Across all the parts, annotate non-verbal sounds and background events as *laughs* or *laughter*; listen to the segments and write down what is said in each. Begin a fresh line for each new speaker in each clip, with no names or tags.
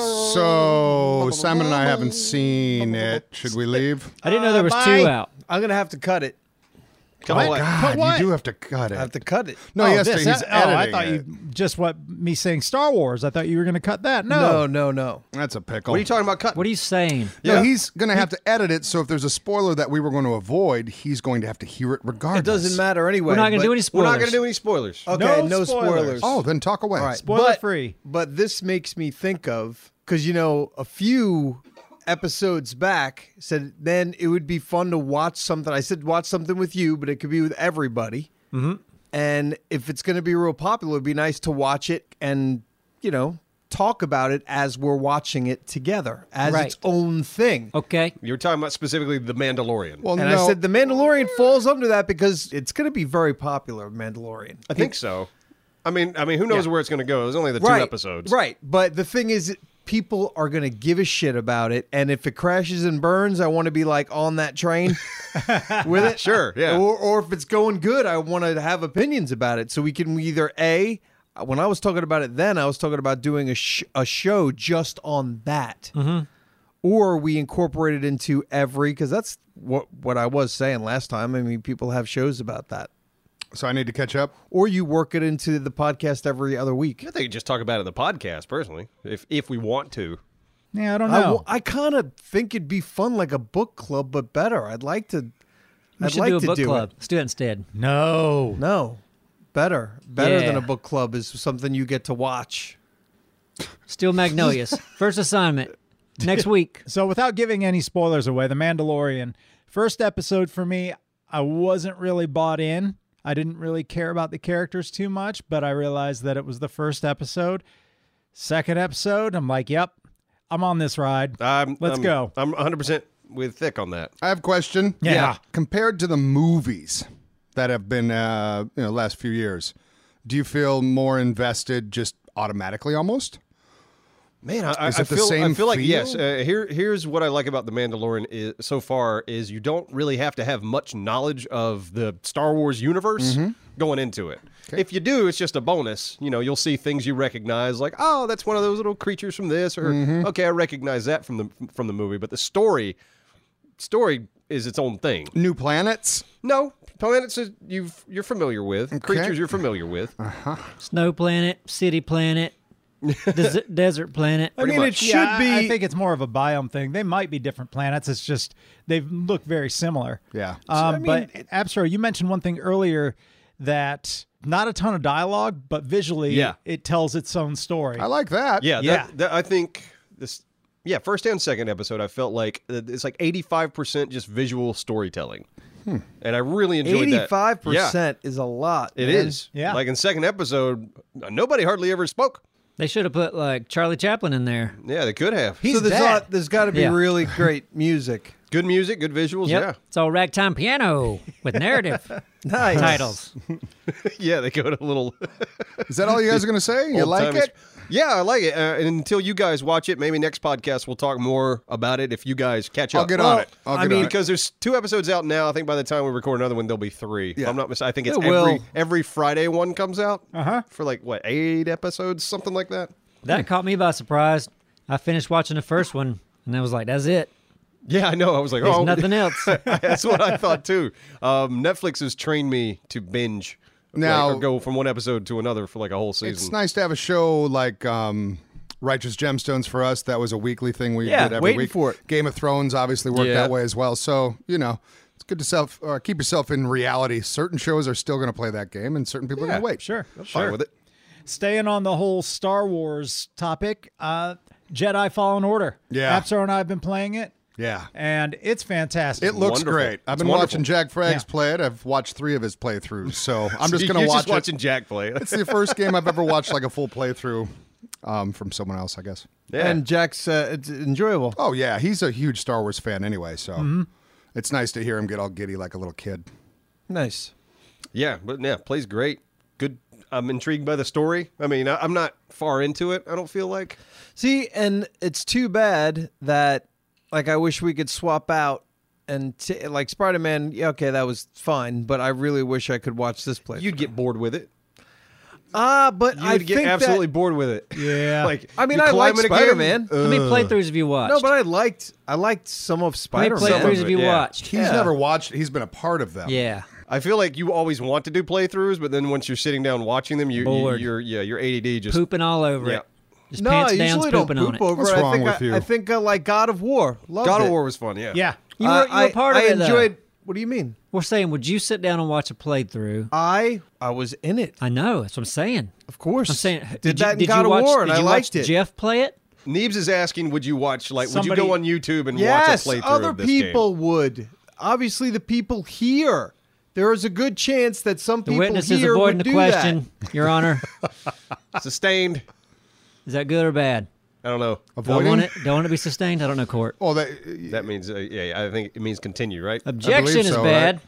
So Simon and I haven't seen it. Should we leave?
I didn't know there was
Uh, Bye.
two out.
I'm gonna have to cut it.
Come
oh
on.
God,
what?
you do have to cut it.
I have to cut it. Oh,
no, yes, he's
this, that-
editing
oh, I thought
it.
you just what me saying Star Wars. I thought you were going to cut that.
No,
No.
no, no.
That's a pickle.
What are you talking about cutting?
What are you saying?
No, he's going to have to edit it. So if there's a spoiler that we were going to avoid, he's going to have to hear it regardless.
It doesn't matter anyway.
We're not going
but-
to do any
We're
spoilers.
not going to do any spoilers.
Okay,
No
no,
spoilers.
spoilers.
Oh, then talk away.
all right.
Spoiler
but,
free.
But this makes me think of because you know a few episodes back said then it would be fun to watch something. I said watch something with you, but it could be with everybody. Mm-hmm. And if it's going to be real popular, it'd be nice to watch it and you know talk about it as we're watching it together as
Right. Oh,
its own thing.
Okay.
You were talking about specifically The Mandalorian.
Well,
And
no.
I said The Mandalorian falls under that because it's going to be very popular, Mandalorian.
I think so. I mean, I mean, who knows where it's going to go? There's only the two episodes.
Right. But the thing is, people are going to give a shit about it. And if it crashes and burns, I want to be like on
*laughs*
that train with it.
Sure, yeah.
Or, or if it's going good, I want to have opinions about it. So we can either A, when I was talking about it then, I was talking about doing a, sh- a show just on that.
Mm-hmm.
Or we incorporate it into every, because that's what, what I was saying last time. I mean, people have shows about that.
so I need to catch up.
Or you work it into the podcast every other week.
I think we just talk about it in the podcast, personally, if if we want to.
Yeah, I don't
I
know.
wa- I, kind of think it'd be fun like a book club, but better. I'd like to.
we
I'd
should
like
do a
to
book
do
club.
it.
Let's do it instead.
No.
No, better, better than
Yeah.
a book club is something you get to watch.
Steel
*laughs*
Magnolias. First assignment next week.
So, without giving any spoilers away, The Mandalorian, first episode for me, I wasn't really bought in. I didn't really care about the characters too much, but I realized that it was the first episode. Second episode, I'm like, yep, I'm on this ride.
I'm,
Let's
I'm-
go.
I'm 100 percent with Thick on that.
I have a question.
Yeah. Yeah.
Compared to the movies that have been, uh, you know, last few years, do you feel more invested just automatically almost?
Man, I,
Is
I
it the
feel, I
same
feel like
feel?
yes. Uh, here, here's what I like about the Mandalorian is, so far is you don't really have to have much knowledge of the Star Wars universe
Mm-hmm.
going into it. If you do, it's just a bonus. You know, you'll see things you recognize, like oh, that's one of those little creatures from this, or
Mm-hmm.
okay, I recognize that from the from the movie. But the story, story is its own thing.
New planets?
No, planets is- you've you're familiar with, creatures you're familiar with.
Snow planet, city planet,
*laughs*
des- desert planet.
I mean,
much.
it should be. I, think it's more of a biome thing. They might be different planets. It's just they look very similar.
Yeah.
Um, but Abstro, you mentioned one thing earlier that not a ton of dialogue, but visually,
Yeah.
it tells its own story.
I like that.
Yeah,
Yeah.
That, that- I think this. Yeah, first and second episode, I felt like uh, it's like eighty-five percent just visual storytelling, and I really enjoyed that.
Eighty-five
Yeah,
percent is a lot.
it
man.
is.
Yeah.
like in second episode, nobody hardly ever spoke.
They should have put like Charlie Chaplin in there.
Yeah, they could have.
so there's,
dead.
a- there's got to be
Yeah. *laughs*
really great music.
good music, good visuals.
Yep. It's all ragtime piano with narrative
*laughs* Nice
titles.
Yeah, *laughs* yeah, they go to little.
Is that all you guys are going to say? You like
old-timey
it?
sp- Yeah, I like it. Uh, and until you guys watch it, maybe next podcast we'll talk more about it. If you guys catch up,
I'll get on it. I'll
I
get
mean,
on it.
because there's two episodes out now. I think by the time we record another one, there'll be three. If I'm not mistaken. I think it's
It
every
will.
every Friday one comes out uh-huh. for like what eight episodes, something like that.
That caught me by surprise. I finished watching the first one and I was like, that's it.
Yeah, I know. I was like,
There's
oh,
nothing
*laughs*
else.
*laughs* that's what I thought too. Um, Netflix has trained me to binge. like,
Now-
or go from one episode to another for like a whole season.
It's nice to have a show like um, Righteous Gemstones for us. That was a weekly thing we
Yeah,
did every
waiting
week.
for it.
Game of Thrones obviously worked
Yeah.
that way as well. So you know, it's good to self uh, keep yourself in reality. Certain shows are still going to play that game, and certain people are going to wait.
sure.
Fine with it.
Staying on the whole Star Wars topic, uh, Jedi Fallen Order.
Yeah.
Abstro and I have been playing it,
Yeah.
and it's fantastic.
It looks
Wonderful.
great. I've
It's
been
wonderful.
watching Jack Frags
Yeah.
play it. I've watched three of his playthroughs, so I'm just going
*laughs* You're
to watch
watching
it.
Jack play.
It's the first game I've ever watched like a full playthrough um, from someone else, I guess.
Yeah.
and Jack's uh, it's enjoyable.
Oh yeah, he's a huge Star Wars fan anyway, so
Mm-hmm.
it's nice to hear him get all giddy like a little kid.
Nice.
Yeah, but yeah, plays great. Good. I'm intrigued by the story. I mean, I, I'm not far into it. I don't feel like.
See, and it's too bad that like I wish we could swap out and t- like Spider Man. Yeah, okay, that was fine, but I really wish I could watch this play.
You'd get bored with it.
Ah, but
You
I
would get
think
absolutely
that,
bored with it.
Yeah.
*laughs* like
I mean,
you
I
climb
like
in a Uh, game-
Spider-Man.
How many playthroughs have you watched?
no, but I liked I liked some of
How many
Spider
playthroughs
Man.
have you
Yeah.
watched?
He's never watched. He's been a part of them.
Yeah.
I feel like you always want to do playthroughs, but then once you're sitting down watching them, you, you
Bored.
you're yeah, your ADD just
Pooping all over
Yeah.
it. Just
No, I
pants down,
usually don't
pooping
poop
on it.
over
What's
it.
wrong
I think
with
I,
you?
I think I like God of War. Loved
God of
it.
War was fun, yeah.
yeah.
You were, you
I-
were part
I,
of it, though.
enjoyed. What do you mean?
We're saying, would you sit down and watch a playthrough?
I I was in it.
I know. That's what I'm saying.
Of course.
I'm saying,
did,
did
that
you,
in
did you
God of
watch,
War, and
did
I
you watch
liked it.
Jeff play it?
Neebs is asking, would you watch like would you go
Somebody-
on YouTube and
yes,
watch a playthrough
other
of this
people would. Obviously, the people here. There is a good chance that some
The
people
witness is
here
avoiding
would
the
do that.
question, Your
*laughs*
Honor.
game? *laughs* Sustained.
Is that good or bad?
I don't know.
Don't want
Avoiding.
it. Don't want it to be sustained. I don't know court.
Oh, that
That means uh, yeah, yeah, I think it means continue, right?
Objection is
so, right?
bad.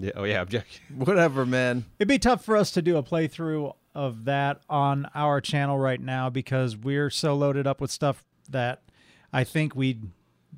yeah, oh yeah, objection.
Whatever, man.
It'd be tough for us to do a playthrough of that on our channel right now because we're so loaded up with stuff that I think we'd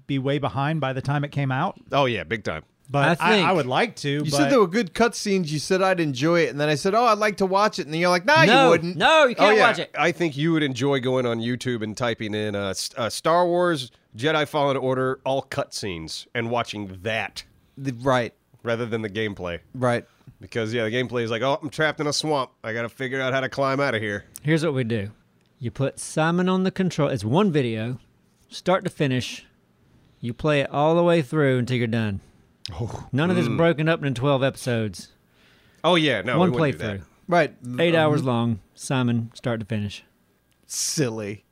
be way behind by the time it came out.
*laughs* Oh yeah, big time.
But I,
I think-
I, would like to.
You
but
said there were good cutscenes. You said I'd enjoy it, and then I said, "Oh, I'd like to watch it," and you're like, "Nah, you
no,
wouldn't."
no, you
Oh
can't
yeah,
watch it.
I think you would enjoy going on YouTube and typing in uh, S- uh, Star Wars Jedi Fallen Order all cutscenes and watching that
The- right,
rather than the gameplay
right.
because yeah, the gameplay is like, oh, I'm trapped in a swamp. I got to figure out how to climb out of here.
Here's what we do. You put Simon on the control. It's one video, start to finish. You play it all the way through until you're done. None of this broken up into 12 episodes.
Oh yeah, no,
one
we wouldn't do that.
playthrough.
Right.
Eight hours long. Simon, start to finish.
Silly.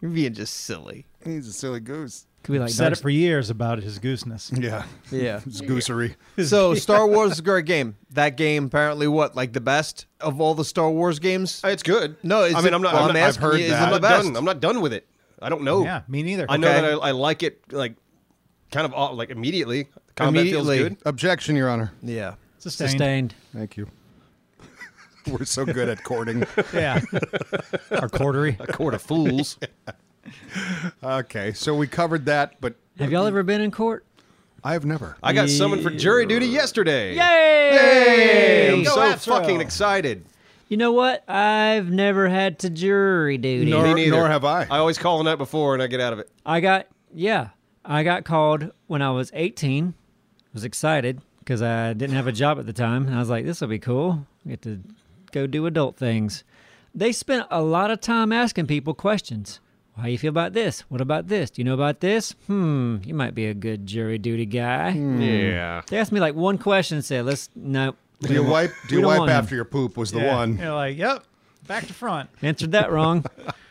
You're being just silly.
he's a silly goose.
Could be like
said it
Dark-
for years about his gooseness.
Yeah,
Yeah.
it's goosery.
*laughs* so Star Wars is a great game. That game apparently what like the best of all the Star Wars games.
Uh, It's good.
No, is
I mean
it-
I'm not.
well,
I'm
I'm
not
asking
you, is it
I'm
the
not
best?
done. I'm not done with it. I don't know.
Yeah, me neither.
I know
Okay.
that I, I like it like kind of all- like immediately. Combat
Immediately.
feels good.
Objection, Your Honor.
Yeah.
Sustained.
Sustained.
Thank you. *laughs* We're so good at courting.
*laughs*
Yeah. Our quartery.
Court of fools.
okay, so we covered that, but
Have y'all ever been in court?
I have never.
*laughs* I got summoned for jury duty yesterday.
Yay!
I'm
Go
so
Astro.
fucking excited.
You know what? I've never had to jury duty.
Nor-
Me neither.
nor have I.
I always call the night before and I get out of it.
I got yeah. I got called when I was 18. Was excited because I didn't have a job at the time, and I was like, "This will be cool. Get to go do adult things." They spent a lot of time asking people questions. How you feel about this? What about this? Do you know about this? Hmm, you might be a good jury duty guy.
Yeah.
They asked me like one question and said, "Let's no."
Do you wipe? Do
We
you
don't
wipe
want him.
after your poop? Was the
Yeah.
one *laughs*
You're like, yep, back to front.
Answered that wrong.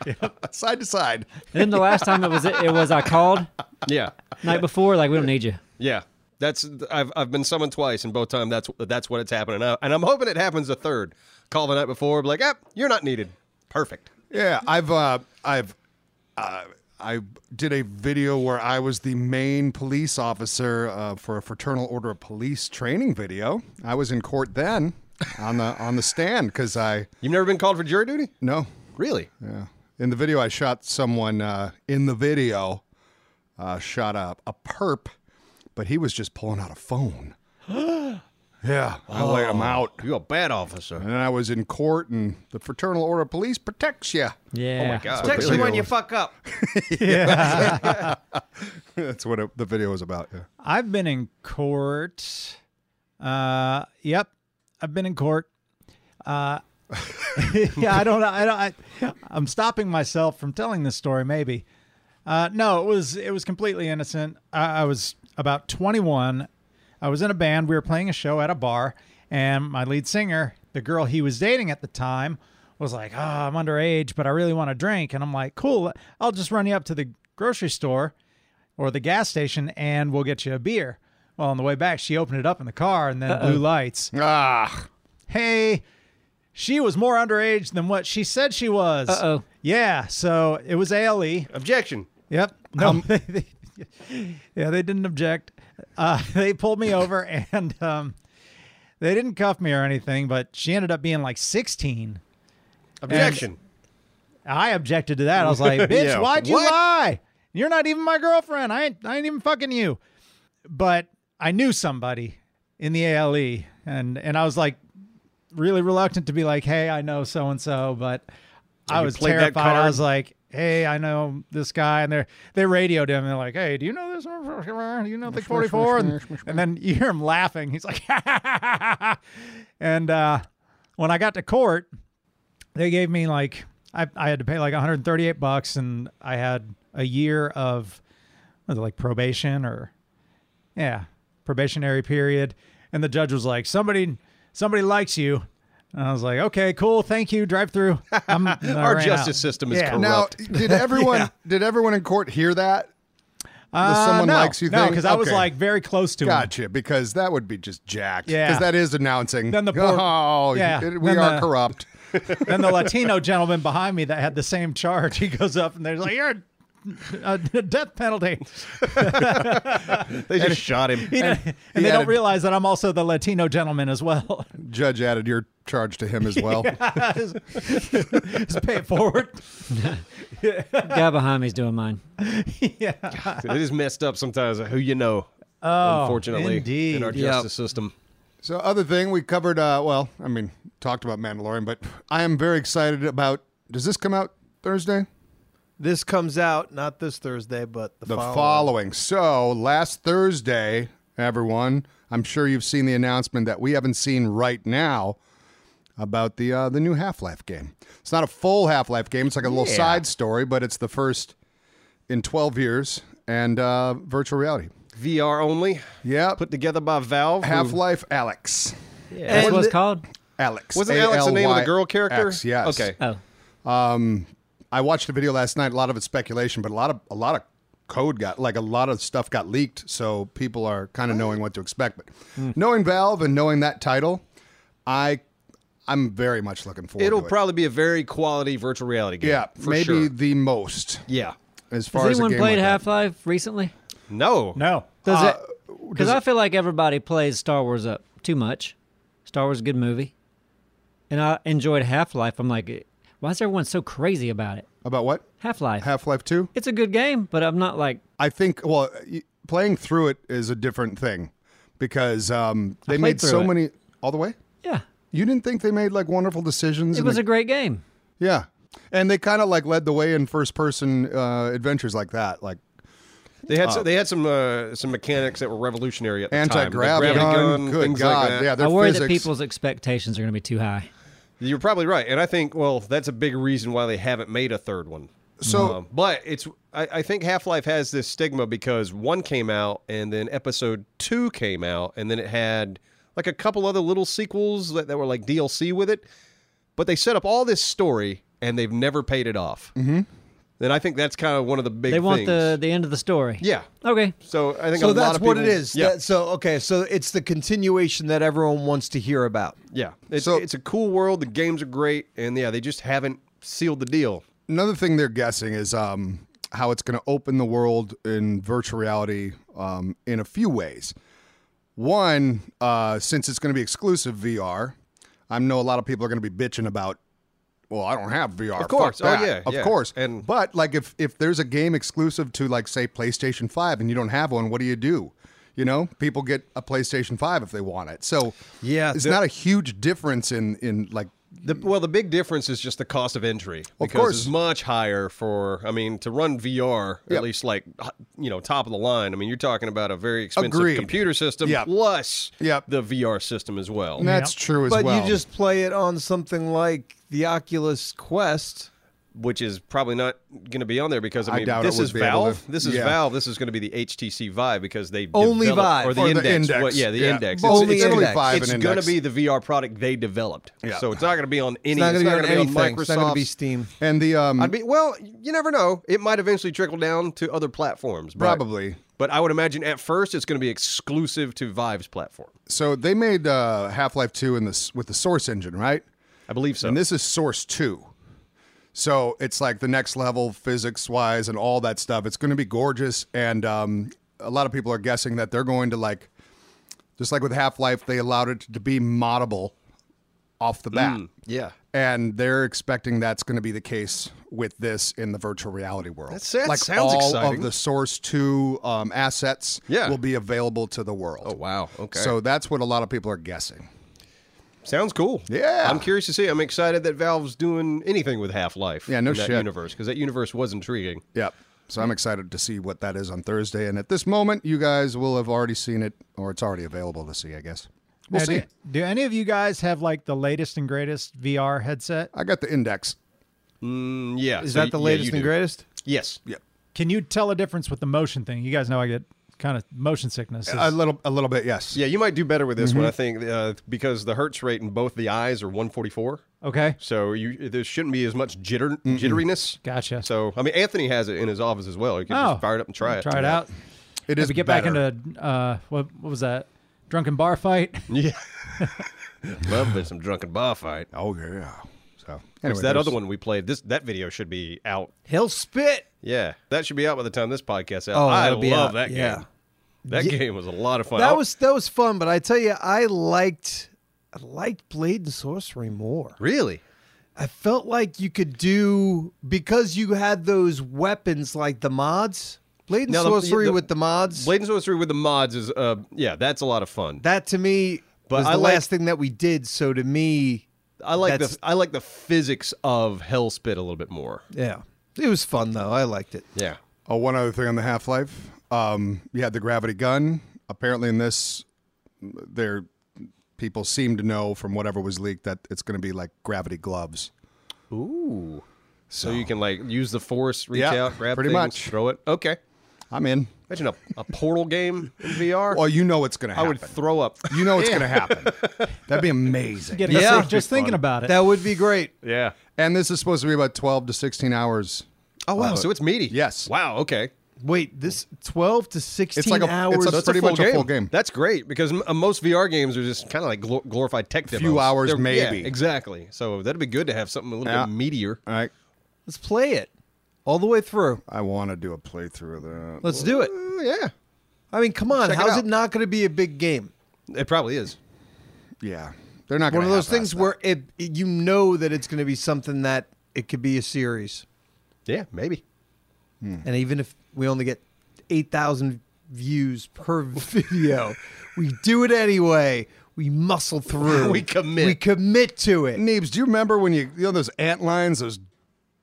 and
side to side?
then the last time it was it was I called
Yeah.
night before like we don't need you.
Yeah. That's I've I've been summoned twice and both time that's that's what it's happening. I, and I'm hoping it happens a third. Call the night before, be like, ah, you're not needed. Perfect.
Yeah, I've uh, I've uh, I did a video where I was the main police officer uh, for a fraternal order of police training video. I was in court then on the on the stand because I
You've never been called for jury duty?
no
Really?
yeah in the video I shot someone uh, in the video uh, shot a, a perp, but he was just pulling out a phone. yeah,
Oh.
I laid him out.
You're a bad officer.
And then I was in court, and the fraternal order of police protects you.
Yeah.
Oh my god.
Text
Especially
Really?
when you fuck up.
*laughs* That's what it, the video was about. Yeah.
I've been in court. Uh, yep, I've been in court. Uh, *laughs* yeah, I don't, I don't, I, I'm stopping myself from telling this story. Maybe. Uh, no, it was, it was completely innocent. I, I was about 21. I was in a band. We were playing a show at a bar, and my lead singer, the girl he was dating at the time, was like, "Oh, I'm underage, but I really want a drink." And I'm like, "Cool, I'll just run you up to the grocery store." or the gas station and we'll get you a beer. Well, on the way back, she opened it up in the car and then blue lights.
Ah,
Hey, she was more underage than what she said she was.
Uh-oh.
Yeah, so it was ALE.
Objection.
Yep. No, they, *laughs* they, yeah, they didn't object. Uh, *laughs* they pulled me over *laughs* and um, they didn't cuff me or anything, but she ended up being like 16.
Objection.
I objected to that. I was
*laughs*
like, bitch,
Yeah.
why'd you
What?
lie? You're not even my girlfriend. I ain't, I ain't even fucking you. E, But I knew somebody in the ALE and, and I was like, really reluctant to be like, "Hey, I know so and so," but I
you
was
played that
terrified. I
card?
was like, "Hey, I know this guy," and they they radioed him. And they're like, "Hey, do you know this? one? Do you know the 44?" And, and then you hear him laughing. He's like, *laughs* and uh, when I got to court, they gave me like I, I had to pay like 138 bucks, and I had a year of was it like probation or yeah probationary period and the judge was like somebody somebody likes you and i was like okay cool thank you drive through
*laughs* Our justice system is
Yeah.
corrupt.
*laughs*
Now, did everyone
Yeah.
did everyone in court hear that? The someone
Uh, no,
likes you
no
thing?
because i was
Okay.
like very close to *laughs* him
Gotcha, because that would be just jacked.
Yeah.
because that is announcing.
Then the poor-
*laughs* oh,
yeah,
it- we
then
are
the-
corrupt.
then
*laughs*
the latino gentleman behind me that had the same charge he goes up and they're like you're a a *laughs* death penalty
they just shot *laughs* him.
He didn't- and, they
had
don't
a-
realize that i'm also the latino gentleman as well *laughs*
Judge added your charge to him as well.
just pay it forward
Guy behind me's doing mine.
it is messed up sometimes who you know. unfortunately, in our
indeed.
justice system.
So, other thing we covered. Uh, well, I mean, talked about Mandalorian, but I am very excited about. Does this come out Thursday?
This comes out not this Thursday, but the,
The
following.
following. So, last Thursday, everyone, I'm sure you've seen the announcement that we haven't seen right now about the uh, the new Half Life game. It's not a full Half Life game. It's like a little side story, but it's the first in 12 years and uh, virtual reality.
VR only,
Yeah,
put together by Valve. who-
Half Life Alex.
That's
And
what
the-
it's called.
Alex.
Wasn't Alex the name of the girl character?
A-L-Y-X, yes.
Okay.
Oh,
I watched a video last night. A lot of it's speculation, but a lot of a lot of code got like a lot of stuff got leaked, so people are kind of knowing what to expect. But
Hmm.
knowing Valve and knowing that title, I I'm very much looking forward.
It'll
to it.
probably be a very quality virtual reality game.
yeah,
for
maybe
sure.
the most
Yeah.
as
has
far as a
anyone
game like
played
that. Uh,
Half Life recently?
No.
no
Does it? Because I feel like everybody plays Star Wars up too much. Star Wars is a good movie, and I enjoyed Half Life. I'm like, why is everyone so crazy about it?
about what
Half Life.
Half Life Two.
it's a good game, but I'm not like
I think well, y- playing through it is a different thing because um, they
played
made
through
so
it.
many all the way.
yeah.
You didn't think they made like wonderful decisions?
It
and
was
the-
a great game.
Yeah. And they kind of like led the way in first person uh, adventures like that, like
They had some, they had some uh, some mechanics that were revolutionary at the time.
anti
Like
grav
gravity gun,
gun. Good
things
God.
like that.
yeah,
I
their
worry
physics.
that people's expectations are going to be too high.
You're probably right, and I think well that's a big reason why they haven't made a third one.
So-
Oh,
Um, but it's I, I think Half Life has this stigma because one came out and then Episode Two came out and then it had like a couple other little sequels that, that were like DLC with it, but they set up all this story and they've never paid it off. Mm-hmm. And I think that's kind of one of the big.
They want
things.
the the end of the story.
yeah.
Okay.
So I think a
So
lot
that's
of
what it
people-
is.
Yeah,
That- so okay, so it's the continuation that everyone wants to hear about.
yeah. It's,
So-
it's a cool world. The games are great, and yeah, they just haven't sealed the deal.
Another thing they're guessing is um, how it's going to open the world in virtual reality um, in a few ways. One, uh, since it's going to be exclusive VR, I know a lot of people are going to be bitching about. Well, I don't have VR. Of
course. Oh,
Fuck that.
yeah,
Of
yeah.
course.
And-
but like, if if there's a game exclusive to like say PlayStation Five and you don't have one, what do you do? You know, people get a PlayStation Five if they want it. So
Yeah,
it's
the-
not a huge difference in in like
The, well, the big difference is just the cost of entry. Because
course.
it's much higher for. I mean, to run VR,
Yeah.
at least like h- you know, top of the line. I mean, you're talking about a very expensive
Agreed.
computer system
Yeah.
plus
Yeah.
the VR system as well.
that's true as
but
well.
you just play it on something like the Oculus Quest.
which is probably not going to be on there because I
I
mean,
doubt it
this
would
is
be able to-
Valve. This is
yeah.
Valve. This is going to be the HTC Vive because they
Only
developed-
Vive.
or the
Or the
index.
Index.
Well, yeah, the
Yeah.
index.
Only
it's,
Index.
It's,
Vive and
it's going to
Index.
be the VR product they developed.
Yeah.
So it's not going to be on
It's
any.
not
It's
going to be on
gonna
anything.
Microsoft.
It's not going to be Steam.
and the um,
I'd be well. You never know. It might eventually trickle down to other platforms. but-
Probably.
But I would imagine at first it's going to be exclusive to Vive's platform.
so they made uh, Half Life Two in this with the Source engine, right?
I believe so.
And this is Source Two, so it's like the next level physics wise and all that stuff. It's going to be gorgeous, and um, a lot of people are guessing that they're going to like, just like with Half Life, they allowed it to be moddable off the bat.
Hmm. yeah.
And they're expecting that's going to be the case with this in the virtual reality world.
That's- that
like
sounds
all
exciting.
of the Source Two um, assets
Yeah.
will be available to the world.
Oh wow. Okay.
So that's what a lot of people are guessing.
Sounds cool.
Yeah.
I'm curious to see. I'm excited that Valve's doing anything with Half Life.
Yeah, no
that
shit.
Universe because that universe was intriguing.
Yep. So I'm excited to see what that is on Thursday. And at this moment, you guys will have already seen it, or it's already available to see, I guess. We'll
Now,
see.
Do, do any of you guys have like the latest and greatest VR headset?
I got the index.
Mm, yeah.
Is
so y-
that the
yeah,
latest
you
and
do.
greatest?
Yes.
Yep.
Can you tell a difference with the motion thing? You guys know I get kind of motion sickness.
A little, a little bit, yes.
Yeah, you might do better with this
Mm-hmm.
one, I think, uh, because the hertz rate in both the eyes are 144.
okay,
So you there shouldn't be as much jitter jitteriness.
gotcha.
So I mean, Anthony has it in his office as well. You can
Oh.
just fire it up and try it.
Try it out.
It
If
is
we get
better.
back into uh, what, what was that? Drunken bar fight. *laughs*
Yeah. *laughs* Love me some drunken bar fight.
Oh yeah. So anyway,
It's that
there's-
other one we played. This that video should be out.
He'll spit.
Yeah, that should be out by the time this podcast out.
Oh,
I
that'll
love
be out,
that
yeah.
game. That game was a lot of fun. Oh,
That
I'll-
was that was fun, but I tell you, I liked I liked Blade and Sorcery more.
really
I felt like you could do because you had those weapons like the mods. Blade and
Now, the-
Sorcery
the-
with the mods.
Blade and Sorcery with the mods is uh yeah that's a lot of fun.
that to me
But
was
I
the
like-
last thing that we did. So to me,
I like
That's-
the I like the physics of Hellspit a little bit more.
yeah, it was fun though. I liked it.
Yeah.
Oh, one other thing on the Half Life. Um, you had the gravity gun. Apparently, in this, there people seem to know from whatever was leaked that it's going to be like gravity gloves.
Ooh. So, you can like use the force, reach
Yeah,
out, grab
pretty
things,
much.
throw it. Okay.
I'm in.
Imagine a, a portal game in VR.
Well, you know it's going to
I
happen.
would throw up.
you know it's going to happen.
*laughs*
That'd be amazing.
Getting
Yeah.
sick just thinking about it.
That would be great.
Yeah.
And this is supposed to be about 12 to 16 hours.
Oh wow. So it's meaty.
Uh, Yes.
Wow. Okay.
Wait, this twelve to sixteen
like a- it's
hours.
a- Pretty much a full game.
That's great because m- uh, most VR games are just kind of like glor- glorified tech demos.
hours
They're- yeah,
maybe.
exactly. So that'd be good to have something a little
Yeah.
bit meatier.
All right.
Let's play it all the way through.
I want to do a playthrough of that.
Let's do it.
Oh, yeah.
I mean, come on.
Check it
how's
out.
it, not going to be a big game?
It probably is.
yeah. They're not
One
gonna
of those
half-ass
things
that.
where it, it- you know that it's going to be something that it could be a series,
Yeah. Maybe.
and even if we only get eight thousand views per *laughs* video, we do it anyway. We muscle through.
We commit.
*laughs* We commit to it.
Neebs, do you remember when you you know those ant lines, those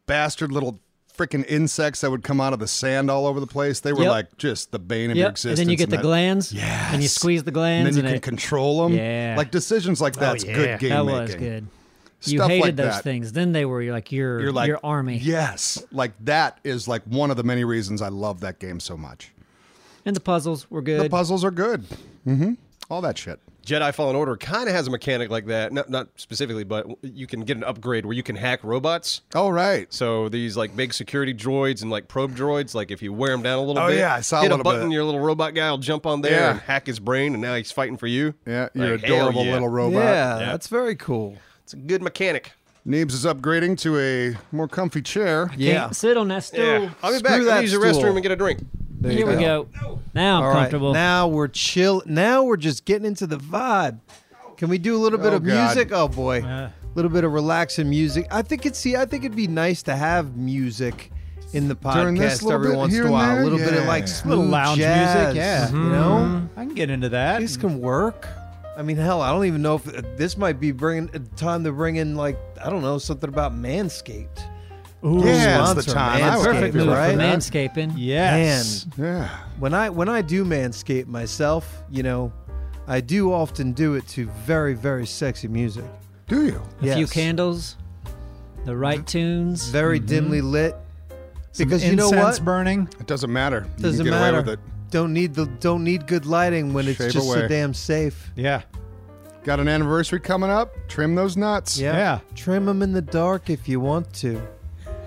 bastard little freaking insects that would come out of the sand all over the place? They were
Yep.
like just the bane of your
Yep.
existence.
And then you get the
that-
glands. And you
Yes.
squeeze the
and
glands.
then you
And,
can
it,
control them.
Yeah. Oh,
like decisions like that's good game
that
making.
was good. you
Stuff
hated
like
those
that.
things. Then they were like your
You're like
your army.
Yes, like that is like one of the many reasons I love that game so much.
And the puzzles were good.
The puzzles are good. Mm-hmm. All that shit.
Jedi Fallen Order kind of has a mechanic like that. Not not specifically, but you can get an upgrade where you can hack robots.
All right.
So these like big security droids and like probe droids, like if you wear them down a little
Oh,
bit,
yeah, I saw a
hit
little bit of
button,
that.
your little robot guy will jump on there
Yeah.
and hack his brain, and now he's fighting for you.
Yeah, you're
Like, hell
adorable
yeah.
little robot.
Yeah, that's very cool.
It's a good mechanic.
Neebs is upgrading to a more comfy chair.
Can't
Yeah.
sit on that stool.
Yeah, I'll be
Screw
back. I'm
that
gonna use the
stool.
restroom and get a drink.
There you
Here we go. Now I'm
All right,
comfortable.
Now we're chill. Now we're just getting into the vibe. Can we do a little bit
Oh,
of
God.
music? Oh boy, a
Uh.
little bit of relaxing music. I think it's. See, I think it'd be nice to have music in the
During this
podcast
little
every
bit
once
here
in a
and
while.
there?
A little bit of
Yeah.
like
Little
smooth
lounge music,
jazz,
yeah. Mm-hmm.
You know,
I can get into that.
these can work. I mean, hell, I don't even know if uh, this might be bringing uh, time to bring in like I don't know something about Manscaped.
Ooh,
Yeah, it's the
Sponsor
time. I would
Manscaped,
Perfect move
right?
for manscaping.
Yes.
Yeah.
when I when I do manscape myself, you know, I do often do it to very very sexy music.
Do you?
A few
Yes. Mm-hmm.
candles, the right tunes.
very dimly lit. Because you know
Incense
what?
burning.
It doesn't matter. You
Doesn't
can get
matter.
away with it.
Don't need the don't need good lighting when it's
Shave
just so
away.
damn safe.
Yeah.
Got an anniversary coming up. Trim those nuts.
Yeah.
Trim them in the dark if you want to.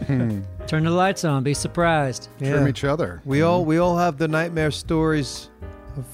Turn the lights on. Be surprised.
Trim
Yeah.
each Mm-hmm. other.
We all we all have the nightmare stories of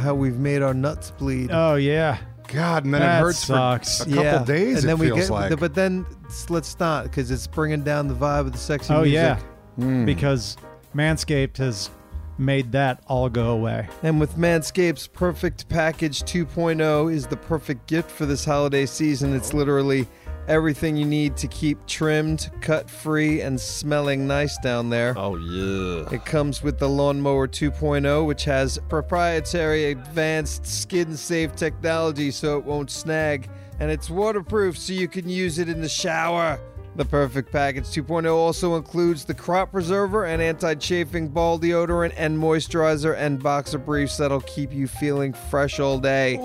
how we've made our nuts bleed.
Oh yeah.
God, and then
That
it hurts
sucks.
for a couple days.
and then
it
we
feels
get,
like.
but then s- let's not because it's bringing down the vibe of the sexy
Oh
music.
yeah.
Hmm.
Because Manscaped has made that all go away.
And with Manscaped's Perfect Package 2.0 is the perfect gift for this holiday season. It's literally everything you need to keep trimmed, cut free, and smelling nice down there.
Oh yeah.
It comes with the Lawnmower 2.0, which has proprietary advanced skin safe technology so it won't snag, and it's waterproof so you can use it in the shower. The Perfect Package 2.0 also includes the crop preserver and anti chafing ball deodorant and moisturizer and boxer briefs that'll keep you feeling fresh all day.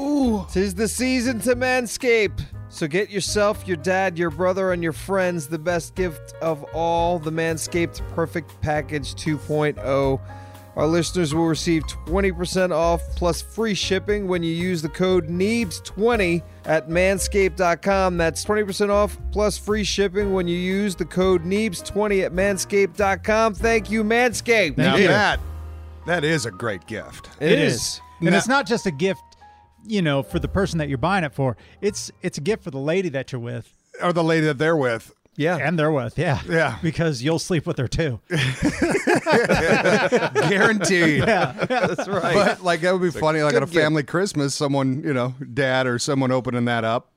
Tis the season to manscape. So get yourself, your dad, your brother, and your friends the best gift of all the Manscaped Perfect Package 2.0. Our listeners will receive 20% off plus free shipping when you use the code E NEEBS20 at manscaped.com. That's 20% off plus free shipping when you use the code E NEEBS20 at manscaped.com. Thank you, Manscaped.
Now
you.
that that is a great gift.
It is.
and
Now-
it's not just a gift, you know, for the person that you're buying it for. It's it's a gift for the lady that you're with
Or the lady that they're
*laughs*
with.
Yeah.
and they're with. Yeah,
Yeah.
*laughs* because you'll sleep with her too.
Guaranteed.
That's right.
*laughs* But like that would be funny, like at a
good gift.
family Christmas, someone, you know, dad or someone opening that up.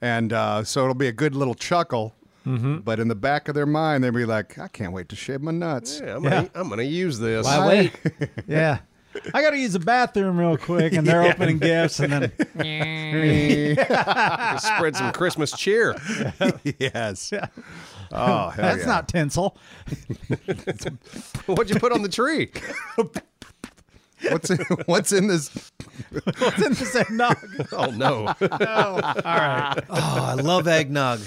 And uh, so it'll be a good little chuckle.
Mm-hmm.
But in the back of their mind, they'll be like, I can't wait to shave my nuts.
Yeah, I'm, Gonna,
Yeah.
I'm gonna use this.
Why wait?
*laughs* Yeah. I got to use the bathroom real quick, and
*laughs*
they're opening gifts, and then
Oh,
Spread some Christmas
*laughs*
cheer.
yes. Oh, hell
that's
yeah.
not tinsel.
What'd you put on the
*laughs*
tree?
What's in, *laughs* what's in this?
It's in the same *laughs* nog.
Oh no.
Oh, I love eggnog.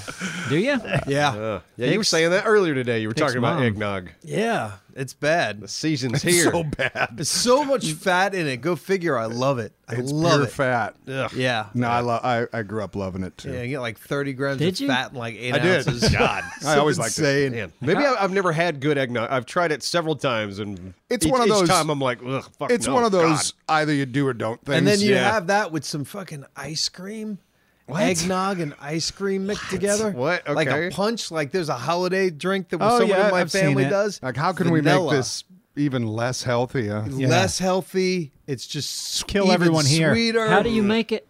Do you?
Yeah.
yeah, you were saying that earlier today. You were talking about
mom.
eggnog.
Yeah. It's bad.
The season's here.
So bad.
There's so much fat in it. Go figure. I love it. I
It's
love
pure
it.
fat.
Ugh.
Yeah.
No, I, lo- I I grew up loving it too.
Yeah, you get like 30 grams
Did
of
you?
fat in like eight
I did.
*laughs*
ounces.
God, I always liked it.
insane.
Man, maybe I, I've never had good eggnog. I've tried it several times, and
It's
each,
one of
Each
those-
time I'm like, Ugh, fuck.
It's
no,
one of those
God.
either you do or don't things.
*laughs* And then you
Yeah.
have that with some fucking ice cream. Eggnog and ice cream mixed together.
What?
Like a
Okay.
punch. Like there's a holiday drink that
Oh,
someone
yeah,
in my
I've seen
family
it.
does.
like, how can we
Vanilla.
make this even less healthy? Uh,
less healthy? It's just
Kill
even
everyone here.
Sweeter.
How do you make it?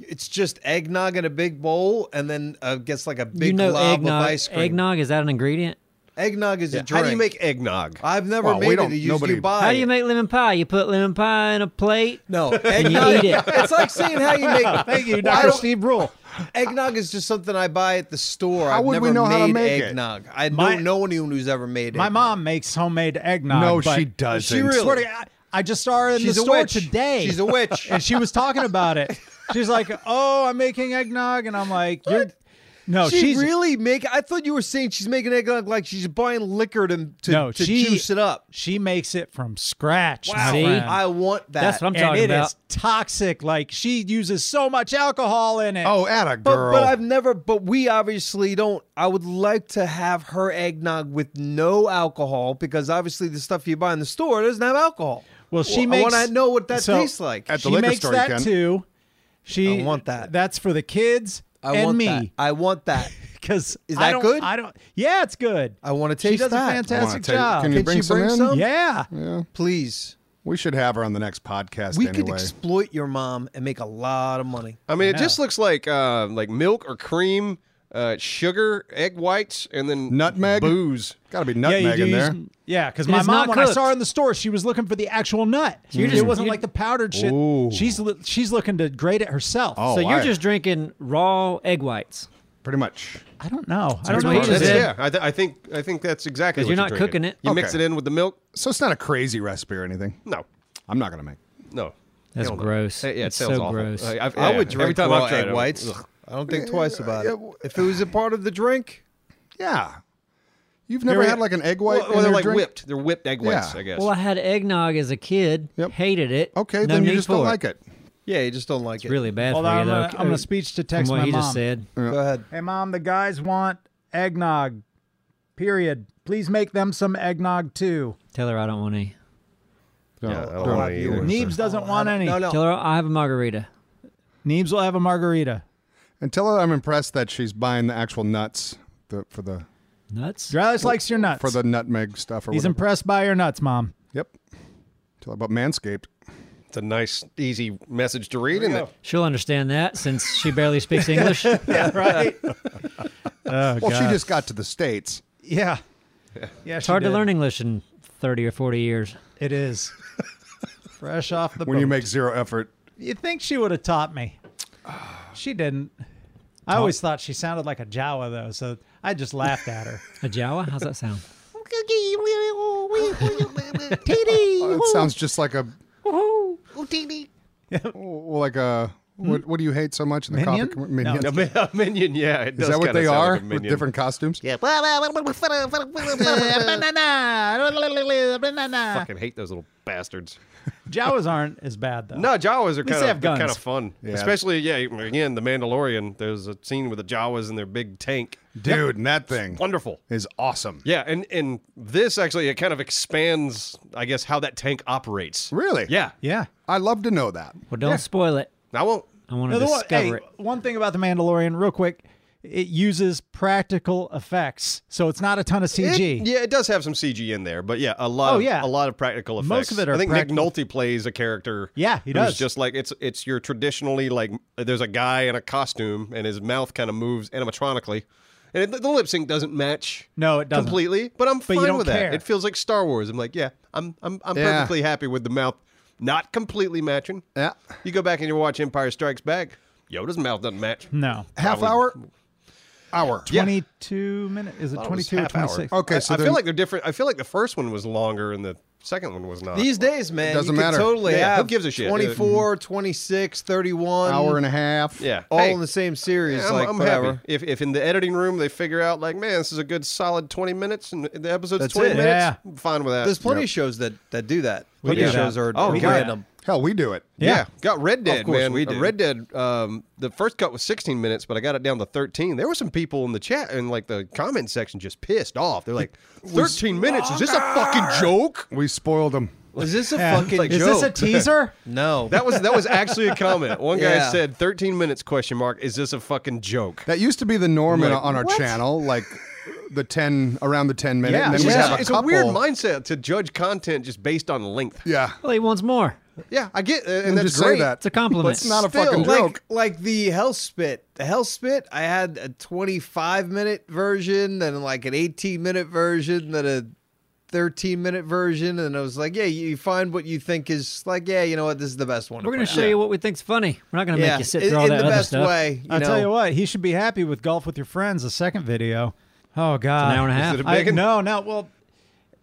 It's just eggnog in a big bowl, and then uh, gets like a big
you know,
glob
eggnog.
of ice cream.
Eggnog is that an ingredient?
Eggnog is a
How
drink.
do you make eggnog?
I've never
Well, we
made it.
don't-
It usually
nobody-
you buy.
How do you
it.
make lemon pie? You put lemon pie in a plate.
No,
you
eggnog.
eat it.
It's like seeing how you make.
*laughs* Thank you,
Why
Dr.
don't-
Steve Rule.
Eggnog is just something I buy at the store.
How
I've
would
never
we know
made
how to make it?
eggnog. I
My-
don't know anyone who's ever made it.
My mom makes homemade eggnog.
no,
but
she doesn't.
She really-
Swear to God, I just saw her in
She's
the
a
store
witch.
today.
She's a witch.
*laughs* and she was talking about it. She's like, "Oh, I'm making eggnog," and I'm like, "You're." No,
she
she's
really make. I thought you were saying she's making eggnog like she's buying liquor to to,
No,
to
she-
juice it up.
She makes it from scratch. my
See?
friend.
I want that.
That's what I'm
and
talking
it
about.
is toxic. Like she uses so much alcohol in it.
Oh, at a
But,
girl.
but I've never. But we obviously don't. I would like to have her eggnog with no alcohol because obviously the stuff you buy in the store doesn't have alcohol.
well, she
I
makes.
want to know what that
so-
tastes like.
At
she
the liquor
makes
store, you
that
can.
too. She
I want that.
That's for the kids
I
and
want
me.
that.
*laughs*
I want that.
Because
Is
I
that
don't,
good?
I don't. Yeah, it's good.
I want to
she
taste
does
that.
a
I wanna
fantastic
take-
job.
Can you
Can
bring
she
some
bring
in?
some?
yeah.
Please.
We should have her on the next podcast
We
anyway.
could exploit your mom and make a lot of money.
I mean, it just looks like uh, like milk or cream, uh, sugar, egg whites, and then
Nutmeg?
booze.
Got to be
Yeah, you
nutmeg
do
in there.
use- yeah, because
And
my
it's
mom,
not
when I saw
cooked.
her in the store, she was looking for the actual nut.
just-
it wasn't
you-
like the powdered shit.
Ooh.
She's li- she's looking to grate it herself.
Oh,
so you're
I-
just drinking raw egg whites
pretty much.
I don't know. I don't
That's
know.
what
what
he
it
That's,
said.
is.
yeah, I, th- I think I think that's exactly.
'Cause
What
you're
you're
not
drinking.
cooking it.
You mix it
Okay.
in with the milk.
So it's not a crazy recipe or anything.
No,
I'm not gonna make.
no.
That's
Hell no.
gross.
Yeah, it
It's
sounds
so
awful.
gross.
Like, I've-
I
yeah,
would drink
every time
raw
I've tried
egg
it,
whites.
ugh.
I don't think twice about
yeah,
it.
w-
If it was a part of the drink,
Yeah. You've never had like an egg white.
Well,
in
well, they're
your
like
drink?
whipped. They're whipped egg whites,
Yeah.
I guess.
Well, I had eggnog as a kid.
Yep.
Hated it.
Okay,
no
then you
need
just
for
don't like it.
yeah, you just don't like it.
Really bad
Hold
for
on,
you
I'm
though.
gonna, I'm gonna speech to
From
text
what
my
he
mom.
just said.
Go ahead.
Hey, mom, the guys want eggnog. Period. Please make them some eggnog too.
Tell her I don't want any.
No,
Yeah, I don't
don't.
want it either.
Neebs doesn't want any.
No, no.
Tell her I have a margarita.
Neebs will have a margarita.
And tell her I'm impressed that she's buying the actual nuts the, for the
Nuts.
Dralis likes your nuts.
for the nutmeg stuff or
He's
whatever.
impressed by your nuts, mom.
Yep. Tell her about Manscaped.
It's a nice, easy message to read, and it?
She'll understand that since she barely speaks English.
Yeah, right. oh,
Well, she
God.
just got to the states.
yeah, yeah.
It's hard to learn English in 30 or 40 years.
It
*laughs*
is fresh off the.
When you
boat.
make zero effort, Uh,
you think she would have taught me? She didn't. I always thought she sounded like a Jawa though, so I just laughed at
*laughs*
her.
A Jawa? How's that sound?
Uh, it sounds just like a *laughs* well, like a what, what do you hate so much in the
Minion?
coffee com-
No.
minions?
A mi- a minion, *laughs* yeah, it *laughs*
Is
does
that what
kinda
they
sound
are
like a
with
minion.
different costumes? Yeah.
I fucking hate those little bastards.
Jawas aren't as bad though.
No, Jawas are kind
they
of
have
they're kind
guns.
of fun,
Yeah.
especially yeah. Again, the Mandalorian. There's a scene with the Jawas in their big tank.
Dude, and that thing
Wonderful.
is awesome.
Yeah, and and this actually it kind of expands, I guess, how that tank operates.
Really?
Yeah.
Yeah.
I love to know that.
Well, don't spoil it.
I won't.
I want to
No, the one,
discover
hey,
it.
one thing about the Mandalorian, real quick, it uses practical effects, so it's not a ton of
It-
CG.
yeah, it does have some CG in there, but yeah, a lot.
Oh,
of,
yeah.
a lot of practical effects.
Most of it are
I think
practical.
Nick Nolte plays a character.
Yeah, he
who's
does.
Just like it's it's your traditionally like there's a guy in a costume and his mouth kind of moves animatronically, and it, the lip sync doesn't match.
No, it doesn't.
completely. But I'm
you
fine
don't
with
care.
that. It feels like Star Wars. I'm like, yeah, I'm I'm I'm
Yeah.
perfectly happy with the mouth not completely matching.
Yeah.
You go back and you watch Empire Strikes Back. Yoda's mouth doesn't match.
No.
Half
Probably-
hour, hour.
Yeah.
22 minutes. Is it
I thought it was
22 or
half hour. Oh,
26?
Okay,
I-
so
I feel
then-
like they're different. I feel like the first one was longer and the second one was not.
These days, man,
doesn't
you could
matter.
totally
Yeah, who
have
gives a shit?
24, 26, 31,
hour and a half.
yeah,
all
Hey,
in the same series.
I'm,
like
I'm
whatever.
happy. If, if in the editing room they figure out like, man, this is a good solid 20 minutes and the episode's
That's
20
it.
minutes,
Yeah.
I'm fine with that.
There's plenty of shows that, that do that. Plenty
do
of
that.
shows are,
Oh,
are
yeah.
random.
Hell, we do it.
Yeah.
Yeah.
got Red Dead,
course
man.
we
Uh,
do.
Red Dead. Um, the first cut was 16 minutes, but I got it down to 13. There were some people in the chat and like the comment section just pissed off. They're like, 13 minutes? Is this a fucking joke?
We spoiled them.
Is this a *laughs*
Yeah.
fucking
Like,
joke?
Is this
*laughs*
a teaser?
no.
That was that was actually a comment. One guy
Yeah.
said 13 minutes question mark. Is this a fucking joke?
That used to be the norm in-
Like,
on our channel, like the ten around the ten minute, and
Yeah,
then we
It's,
have a
just- it's a
couple.
weird mindset to judge content just based on length.
yeah,
Well, he wants more.
Yeah, I get, uh, and,
and
that's
just
great.
say that.
It's a compliment.
But it's not a
Still,
fucking
like-
joke.
Like like the hell spit. The hell spit. I had a 25 minute version, then like an 18 minute version, then a 13 minute version, and I was like, yeah, you find what you think is like, yeah, you know what, this is the best one. to
We're going
put
to show
out.
you what we think's funny. We're not going to
yeah,
make you sit
in,
through all
in
that
the
other
best
stuff.
way. You
I'll
know,
tell you what, he should be happy with Golf with Your Friends, the second video. Oh, God.
An hour and a half.
it a
I,
big 'un?
no, no. Well,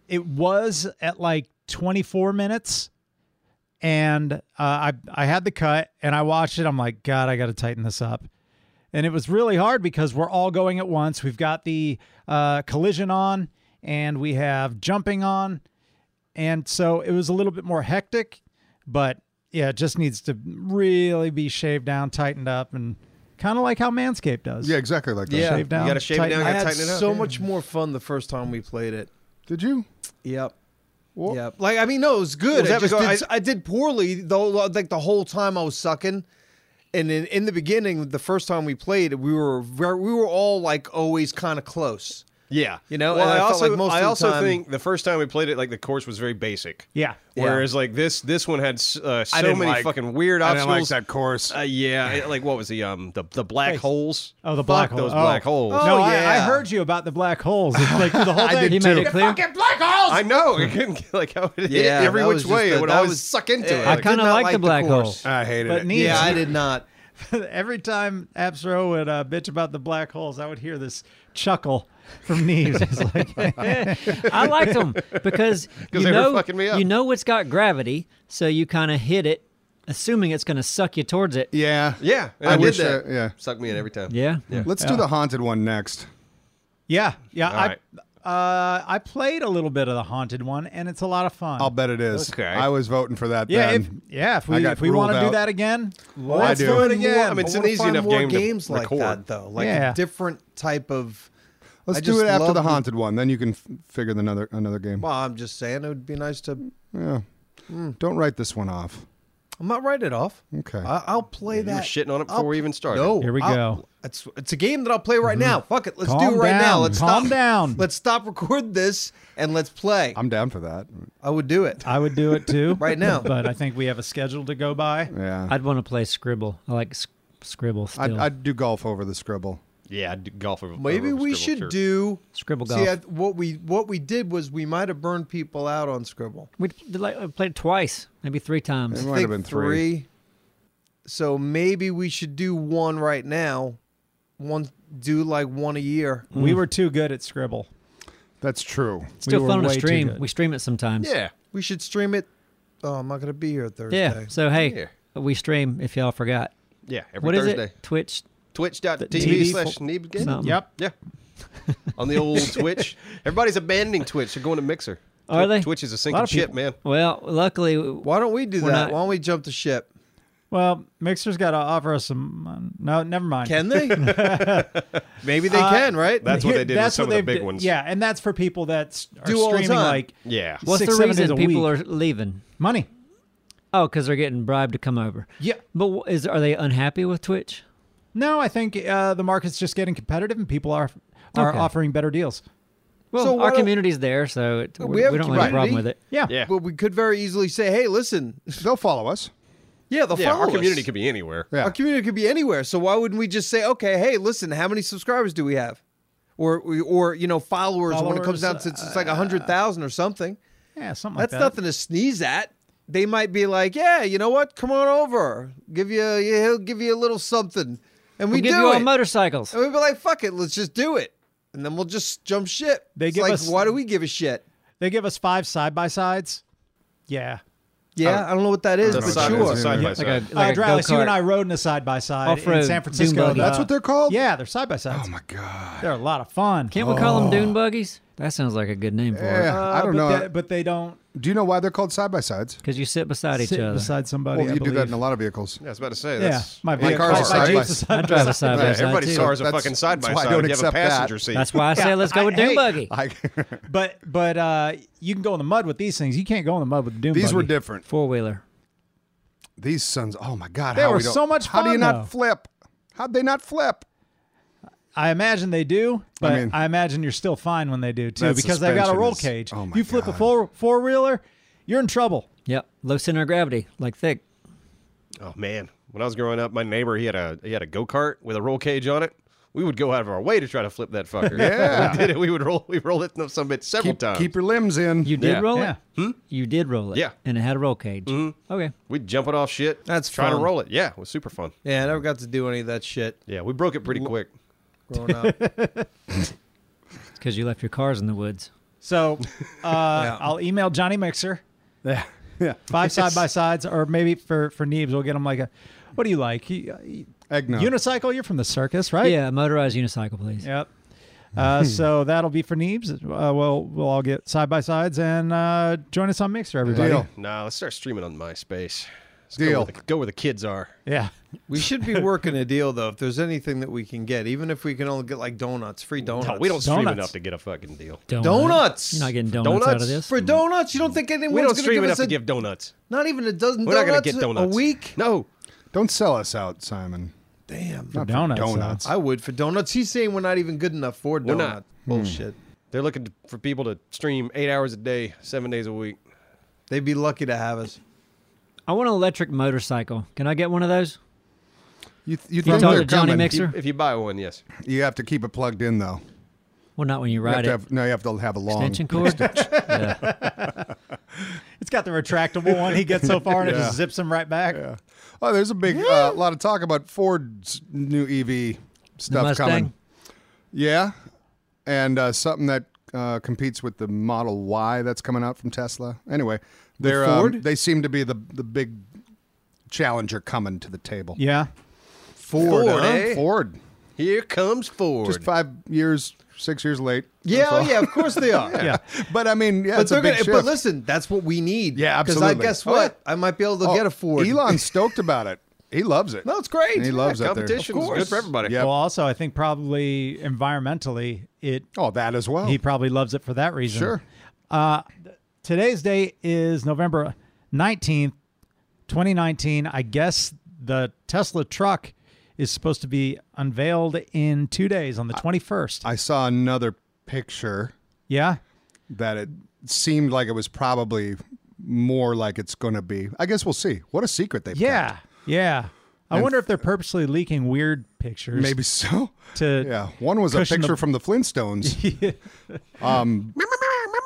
it was at like 24 minutes. And uh, I, I had the cut and I watched it. I'm like, God, I got to tighten this up. And it was really hard because we're all going at once. We've got the uh, collision on and we have jumping on. And so it was a little bit more hectic, but yeah, it just needs to really be shaved down, tightened up, and kind of like how Manscaped does.
Yeah, exactly like that.
Yeah.
Shave down.
You gotta shave it
tighten
down,
I
you
up.
gotta
had
tighten it up,
so
yeah.
much more fun the first time we played it.
Did you?
Yep.
Wha-
Yep. Like I mean, no, it was good.
Was
I,
that
just
because-
did, I, did poorly though. Like the whole time I was sucking, and in, in the beginning, the first time we played, we were very, we were all like always kind of close.
Yeah,
You know,
Well,
and
I,
I felt
also
like most of
I
the
also
time-
think the first time we played it, like the course was very basic.
Yeah.
Whereas like this this one had s- uh, so
didn't
many
like-
fucking weird
I
obstacles.
didn't like that course.
Uh, yeah, it- like what was the um the the black holes?
Oh, the
Fuck
black hole.
those
Oh.
black holes.
No,
Oh,
I, I
yeah.
heard you about the black holes. It's like through the whole thing.
I did he made it clear.
I know. *laughs* It couldn't get, like how it *laughs*
Yeah,
every
that
which
was just
way.
the-
it would
that
always
was-
suck into it.
eh,
I
I
Like,
did
kind of
not
like,
like
the
the
black hole.
course.
I hated
But
it.
neat.
Yeah, I did
*laughs*
not.
*laughs* Every time Absro would uh, bitch about the black holes, I would hear this chuckle from Neves. It's like,
I liked them because you
they were
know
fucking me up.
you know it's got gravity, so you kind of hit it, assuming it's going to suck you towards it.
yeah,
yeah,
I,
did
wish.
that.
I- yeah,
Suck me in every time.
Yeah.
let's do the haunted one next.
yeah, yeah. I,
right.
uh, I played a little bit of the haunted one, and it's a lot of fun.
I'll bet it is.
Okay.
I was voting for that.
yeah, if,
then.
yeah. If
I
we
got
if we want to
ruled
do
out.
that again,
I
let's
do.
do it again.
I mean, it's
I
an
wanna
easy
find
enough
more
game to
games like
record.
that though, like
Yeah.
a different type of.
let's
I
do
just
it after
love
the haunted one. Then you can f- figure the another another game.
Well, I'm just saying it would be nice to.
Don't write this one off.
I'm not writing it off.
Okay.
I, I'll play
You were
that.
shitting on it before
I'll-
we even started.
No,
Here we
I'll-
go.
It's it's a game that I'll play right now. Fuck it, let's
Calm
do it right now.
down.
Let's
Calm
stop.
down.
Let's stop record this and let's play. i
I'm down for that.
would do it.
I would do it too
Right now.
but I think we have a schedule to go by.
Yeah.
I'd want to play Scribble. I like sc- Scribble still.
I'd, I'd do golf over the scribble.
Yeah, I'd do golf over.
Maybe
over Scribble,
we should
sure.
do
Scribble
See,
golf.
I, what we what we did was we might have burned people out on Scribble.
we did like, I played twice, maybe three times.
It
I
might have been three.
So maybe we should do one right now. One do like one a year.
We were too good at Scribble.
That's true.
Still
were
fun to
way too
stream.
good.
We stream it sometimes.
Yeah,
We should stream it. Oh, I'm not gonna be here Thursday.
Yeah. So hey,
Yeah.
we stream if y'all forgot.
yeah. Every
What is
Thursday.
it? Twitch.
Twitch.tv
TV
slash Neebgin.
Something.
Yep.
Yeah. On the old Twitch. Everybody's abandoning Twitch. They're going to Mixer.
Are
Twi-
they?
Twitch is a
lot
sinking
of
ship,
people-
man.
Well, luckily, what?
Why don't we do
We're
that?
not-
Why don't we jump the ship?
Well, Mixer's got to offer us some. Uh, no, never mind.
Can *laughs* they? maybe they
Uh,
can, right?
that's what they did with
That's
some
what
of the
they've
big
d-
ones.
Yeah, and that's for people that s- are
Do all the
streaming
time.
like
Yeah.
what's
six,
the
seven days a
reason people
week.
are leaving?
money.
Oh, because they're getting bribed to come over.
Yeah.
But wh- is are they unhappy with Twitch?
No, I think uh, the market's just getting competitive, and people are are
Okay.
offering better deals.
Well,
So why
our
don't-
community's there, so it, we,
we have
we
a
don't have a problem
community.
with it.
Yeah.
Yeah.
But we could very easily say, "Hey, listen,
They'll follow us.
yeah, the
Yeah. Our
followers-
community could be anywhere.
Yeah.
Our community could be anywhere. So why wouldn't we just say, okay, hey, listen, how many subscribers do we have? Or, or you know, followers, when it
Followers,
comes down to it's it's like 100,000 or something.
Yeah, something
That's
like that.
nothing to sneeze at. They might be like, yeah, you know what? Come on over. Give you, a, yeah, he'll give you a little something. And we
We'll give
do
you all
it. Oh.
motorcycles.
and we'd be like, fuck it, let's just do it. And then we'll just jump ship.
They
It's
give
like,
us-
why do we give a shit?
They give us five side by sides. Yeah.
Yeah, I don't, know what that is,
It's a
but
side-
sure.
it's a side by
Yeah.
side.
Like
uh,
a, like a
Dralis, you and
go-kart.
I rode in a side by side in
Off-road
San
dune
Francisco.
buggy.
The-
That's what they're called?
Yeah, they're side by sides.
Oh my god.
They're a lot of fun.
Can't we call them dune buggies? That sounds like a good name for it.
Yeah, I
Uh,
don't
but
know.
They, but they don't
Do you know why they're called side by sides?
Because you sit beside each
sit
other.
beside somebody.
Well,
I
you do that
believe.
in a lot of *laughs* vehicles.
Yeah, I was about to say.
Yeah,
That's,
my,
My
my,
car's
my,
a side
Jeep's
by-
a side *laughs*
I
by
drive a
side.
side by
Yeah,
side
everybody's
too.
car is a
That's-
fucking side by
that's why I
side.
don't
You have a
accept that.
passenger seat.
That's why I say let's go
I-
with dune
hey,
buggy.
I,
But but uh, you can go in the mud with these things. You can't go in the mud with the Doom.
these were
buggy.
different.
Four wheeler.
These sons. Oh my god.
They
how
were
we don't-
so much
How do
fun,
you
though.
not flip? How'd they not flip?
I imagine they do, but I,
mean-
imagine you're still fine when they do too,
That
because they've got a
suspension
roll
is-
cage.
oh my
you flip a
God.
four four wheeler, you're in trouble.
Yep. Low center of gravity, like thick.
Oh man, when I was growing up, my neighbor he had a he had a go kart with a roll cage on it. We would go out of our way to try to flip that
*laughs*
fucker.
Yeah.
we did it. We would roll. We rolled it up some bit several
Keep,
times.
keep your limbs in.
You did
Yeah.
roll
Yeah.
it?
Hmm?
You did roll it.
Yeah.
And it had a roll cage.
Mm-hmm.
Oh, Okay.
We'd jump it off shit.
That's
trying to
fun.
roll it. Yeah, it was super fun.
Yeah, I never got to do any of that shit
Yeah, we broke it pretty quick.
growing up.
It's because you left your cars in the woods.
So
*laughs*
uh, I'll email Johnny Mixer. *laughs*
yeah. Yeah. *laughs*
Five side by sides, or maybe for for Neebs, we'll get him like a. What do you like? He, uh, he-
Eggnog.
Unicycle. You're from the circus, right?
Yeah, motorized unicycle, please.
Yep.
*laughs*
Uh, so that'll be for Neebs. Uh, we'll we'll all get side by sides and uh, join us on Mixer, everybody.
Deal.
Nah, let's start streaming on MySpace. Let's
Deal.
Go where, the, go where the kids are.
Yeah. *laughs*
We should be working a deal though. If there's anything that we can get, even if we can only get like donuts, free donuts.
No, we don't stream
Donuts.
enough to get a fucking deal.
Donuts.
Donuts.
You're not getting donuts, out of
Donuts
this.
for donuts. You don't think anyone's
We don't
gonna
stream
give
enough
us a,
to give donuts.
not even a dozen
We're
donuts,
not gonna get donuts
a week?
No.
Don't sell us out, Simon.
Damn,
Not for
donuts, though.
donuts.
I would for donuts. He's saying we're not even good enough for
We're
donuts.
not.
Bullshit.
They're looking to, for people to stream eight hours a day, seven days a week.
They'd be lucky to have us.
I want an electric motorcycle. Can I get one of those?
You, th- you
You
think
talk
they're
to Johnny
coming.
Mixer?
If you buy one, yes.
You have to keep it plugged in though.
Well, not when you
You have
ride
to
it.
have, no, you have to have a long. *laughs*
Extension cord. yeah.
It's got the retractable one. He gets
*laughs*
so far and it just zips him right back.
Oh, there's a big uh, lot of talk about Ford's new EV stuff
Mustang?
coming. Yeah, and uh, something that uh, competes with the Model Y that's coming out from Tesla. Anyway, they're um,
Ford?
they seem to be the the big challenger coming to the table.
Yeah.
Ford,
Ford,
huh?
eh?
Ford.
Here comes Ford.
Just five years, six years late.
Yeah,
That's
oh,
all.
yeah. Of course
*laughs*
they are.
Yeah.
*laughs* But I mean, yeah,
But,
it's a
they're
big
gonna,
shift.
but listen, that's what we need.
Yeah,
Because I
absolutely.
guess
Oh,
what I might be able to
Oh,
get a Ford. *laughs*
Elon's stoked about it. He loves it.
no, it's great.
he loves it. there.
Competition is good for everybody.
Yep.
Well, also, I think probably environmentally, it
Oh, that as well.
he probably loves it for that reason.
Sure.
Uh, th- today's date is November nineteenth, 2019. I guess the Tesla truck is supposed to be unveiled in two days on the 21st.
I saw another picture
yeah.
that it seemed like it was probably more like it's going to be. I guess we'll see. What a secret they
Yeah.
kept.
Yeah. I wonder if they're purposely leaking weird pictures. *laughs*
Maybe so.
to
Yeah, one was a
Cushion the-
picture from
*laughs*
the Flintstones. um,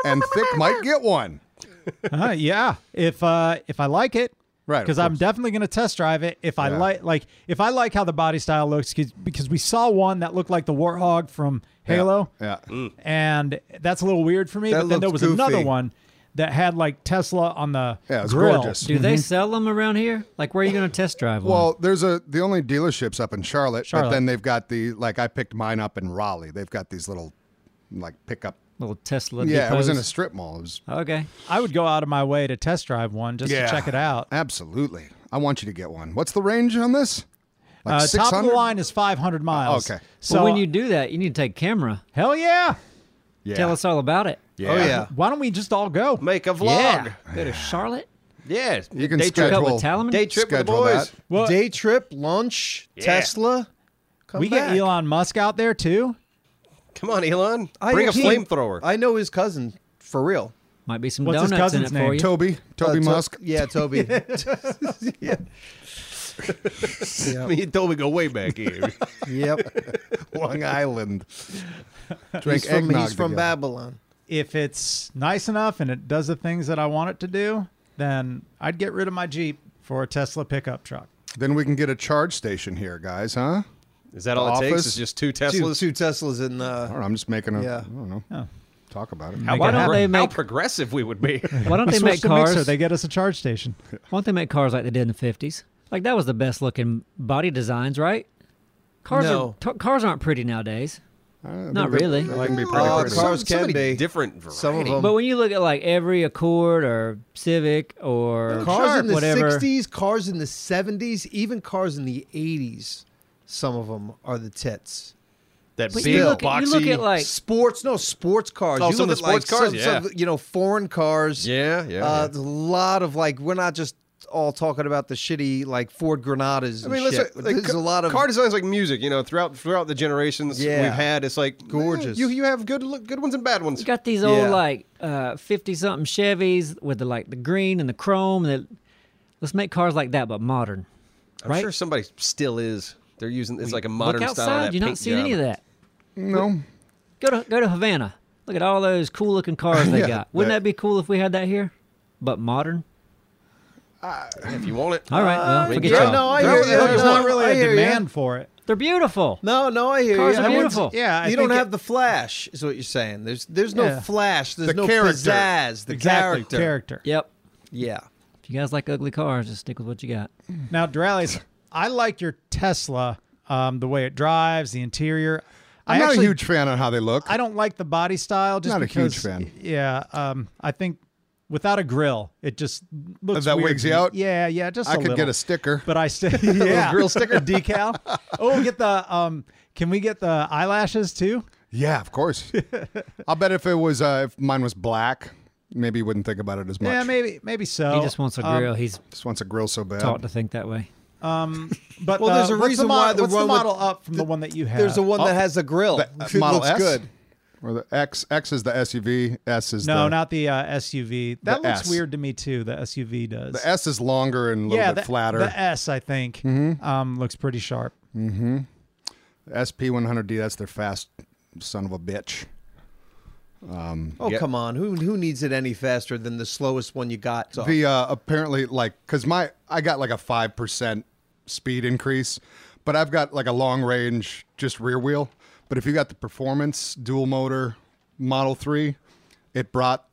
and Thick might get one.
Huh, Uh-huh, yeah. If uh if I like it,
Right, of
Because I'm
course.
definitely going to test drive it. If I
Yeah.
like, like, if I like how the body style looks, 'cause- because we saw one that looked like the warthog from Halo,
Yeah.
and that's a little weird for me.
That
but then there was
looks
another
goofy.
one that had like Tesla on the
Yeah, it's
grill.
gorgeous.
Do they sell them around here? Like, where are you going to test drive one?
Mm-hmm. Well, there's a the only dealerships up in Charlotte,
Charlotte.
but then they've got the like I picked mine up in Raleigh. They've got these little like pickup.
little Tesla.
Yeah, it was in a
depots.
strip mall. It was
Okay.
I would go out of my way to test drive one just
Yeah.
to check it out.
absolutely. I want you to get one. What's the range on this?
Uh, top of the
600?
line is 500 miles.
Oh, okay.
So
well, when you do that, you need to take camera.
hell yeah,
Yeah.
Tell us all about it.
Yeah.
Oh yeah.
why don't we just all go?
Make a vlog.
Yeah. Go to Charlotte.
Yeah,
You can
day trip,
Hook up with
schedule
Talaman.
day trip with the
schedule
boys.
that.
Well,
Day trip, lunch, Tesla. Come
we
back.
get Elon Musk out there too.
Come on, Elon,
I
bring
know
a
he-
flamethrower.
I know his cousin for real.
Might be some
What's his
donuts in it
cousin's
for
name?
you.
Toby, Toby
Uh,
*laughs*
To-
Musk.
yeah,
*laughs*
Toby. yeah.
I mean, *laughs* he told me go way back here.
Yep.
*laughs* Long
*laughs*
Island. Drink
He's from,
eggnog
he's from
together.
Babylon.
if it's nice enough and it does the things that I want it to do, then I'd get rid of my Jeep for a Tesla pickup truck.
Then we can get a charge station here, guys, huh?
Is that all it takes?
Office?
Is just two
Two,
Teslas?
two Teslas in
I
uh,
don't know, I'm just making a.
Yeah.
I don't know.
Oh.
Talk about it.
Make
Why
it
don't
happen.
they
they make... How
make-
progressive we would be.
*laughs*
Why don't they
Switch
make
to
cars?
Mixer, they get us a charge station.
Why don't they make cars like they did in the fifties? Like that was the best looking body designs, right? Cars
No.
are t- cars aren't pretty nowadays.
Uh,
Not
they-
really.
They can be pretty
Oh,
pretty.
so
cars can
many
be.
different. Varieties.
Some of them.
But when you look at like every Accord or Civic or
cars
Sharp,
in the
whatever,
60s, cars in the 70s, even cars in the 80s. Some of them are the tits.
that
but
big
you look,
boxy.
at, you look at like
sports, no sports cars.
Oh,
you
some of
look
the
at, like,
sports cars,
some-
yeah.
some, you know, foreign cars.
yeah, yeah.
uh,
yeah.
there's a lot of like we're not just all talking about the shitty like Ford Granadas.
I
And
mean, let's
shit.
say, like,
there's
ca-
a lot of
car designs like music. You know, throughout throughout the generations
Yeah.
we've had, it's like eh,
Gorgeous.
You you have good look- good ones and bad ones.
you got these old
Yeah.
like uh fifty something Chevys with the like the green and the chrome. That let's make cars like that, but modern.
I'm
right?
sure somebody still is. They're using it's like a modern
look
style. of
outside,
that
you're not
paint
seeing any of
job.
that.
No,
Go to go to Havana. Look at all those cool looking cars they
Yeah,
got. Wouldn't
that-
that be cool if we had that here, but modern?
If you want it,
All right, well,
we
forget
can
y'all.
try.
Uh, no, I
There-
hear you.
there's
no,
not really
I
a
hear ya.
demand for it.
They're beautiful.
No, no, I hear
Cars
you.
are
I wouldn't-
beautiful.
Yeah, I
you don't
think
have
it-
the flash, is what you're saying. There's there's no
Yeah.
flash. There's
The
no
character.
pizzazz. The
Exactly,
character.
character.
Yep.
Yeah.
If you guys like ugly cars, just stick with what you got.
Now, Durales, I like your Tesla, um, the way it drives, the interior. I
I'm not
actually-
a huge fan on how they look.
I don't like the body style. Just
Not a huge
because-
fan.
Yeah, um, I think without a grill, it just looks
That
weird.
wigs you out?
Yeah, yeah, just
I
a
could
little.
get *laughs* a sticker.
but I *laughs* still yeah
grill sticker?
*laughs*
decal. Oh, get the um. Can we get the eyelashes too?
yeah,
*laughs*
of course. I'll bet if it was uh, if mine was black, maybe you wouldn't think about it as much.
Yeah, maybe maybe so.
He just wants a
Um,
grill. He's
Just wants a grill so bad.
taught to think that way.
but
Well,
uh,
there's a
what's
reason
the model,
why the
what's
one with-
model up
*laughs*
from the, one that you have.
There's a one that
Oh.
has a grill.
The, uh,
It
Model
looks
S
good.
or the X. X is the SUV. S is
no,
the,
not the uh, SUV. That
The
looks
S.
weird to me too. The SUV does.
The S is longer and a little
yeah,
bit
the,
flatter. Mm-hmm.
The S, I think, um, looks pretty sharp. *laughs*
SP100D. That's their fast son of a bitch.
Oh
Yep.
come on, who who needs it any faster than the slowest one you got? So-
The uh, apparently like because my I got like a five percent speed increase, but I've got like a long range just rear wheel. But if you got the performance dual motor Model Three, it brought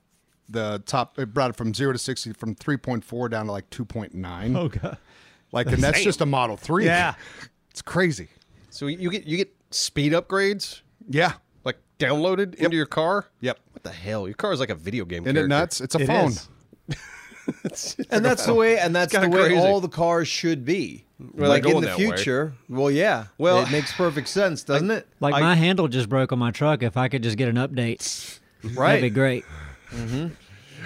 the top. It brought it from zero to sixty from three point four down to like two point nine.
Oh god.
like and that's just a Model Three.
Yeah.
*laughs* it's crazy.
So you get you get speed upgrades
Yeah.
like downloaded into your car.
Yep.
What the hell? Your car is like a video game.
Isn't it
character.
nuts? It's a
It
phone.
is.
and that's the way and that's the
kinda
way
crazy.
all the cars should be
they're
like in
going
the
that way.
future well yeah
Well-
it makes perfect sense doesn't it
Like
I-
my handle just broke on my truck. If I could just get an update,
right
that'd be great.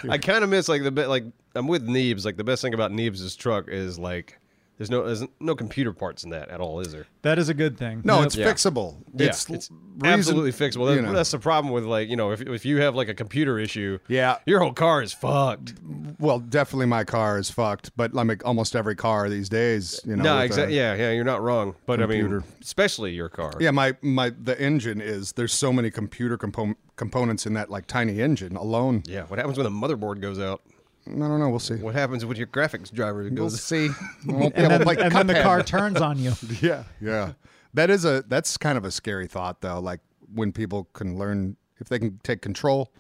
I kind of miss like the bit like I'm with Neebs. Like the best thing about Neebs' truck is like there's no there's no computer parts in that at all, is there?
That is a good thing.
No, it's
Yeah.
fixable.
Yeah,
it's
it's,
reason-
absolutely fixable. That,
you know.
That's the problem with like you know if if you have like a computer issue,
Yeah.
your whole car is fucked.
Well, definitely my car is fucked, but I mean, almost every car these days, you know.
no,
with uh, a-
exactly. Yeah, yeah, you're not wrong. But I
Computer.
mean, especially your car.
Yeah, my my the engine is there's so many computer compo- components in that like tiny engine alone.
Yeah, What happens when the motherboard goes out?
I don't know. We'll see.
What happens when your graphics driver
We'll
goes?
see. I won't be
And,
able
then,
to play
and then the
Cuphead.
car turns on you.
Yeah, yeah. That is a that's kind of a scary thought though. Like when people can learn if they can take control.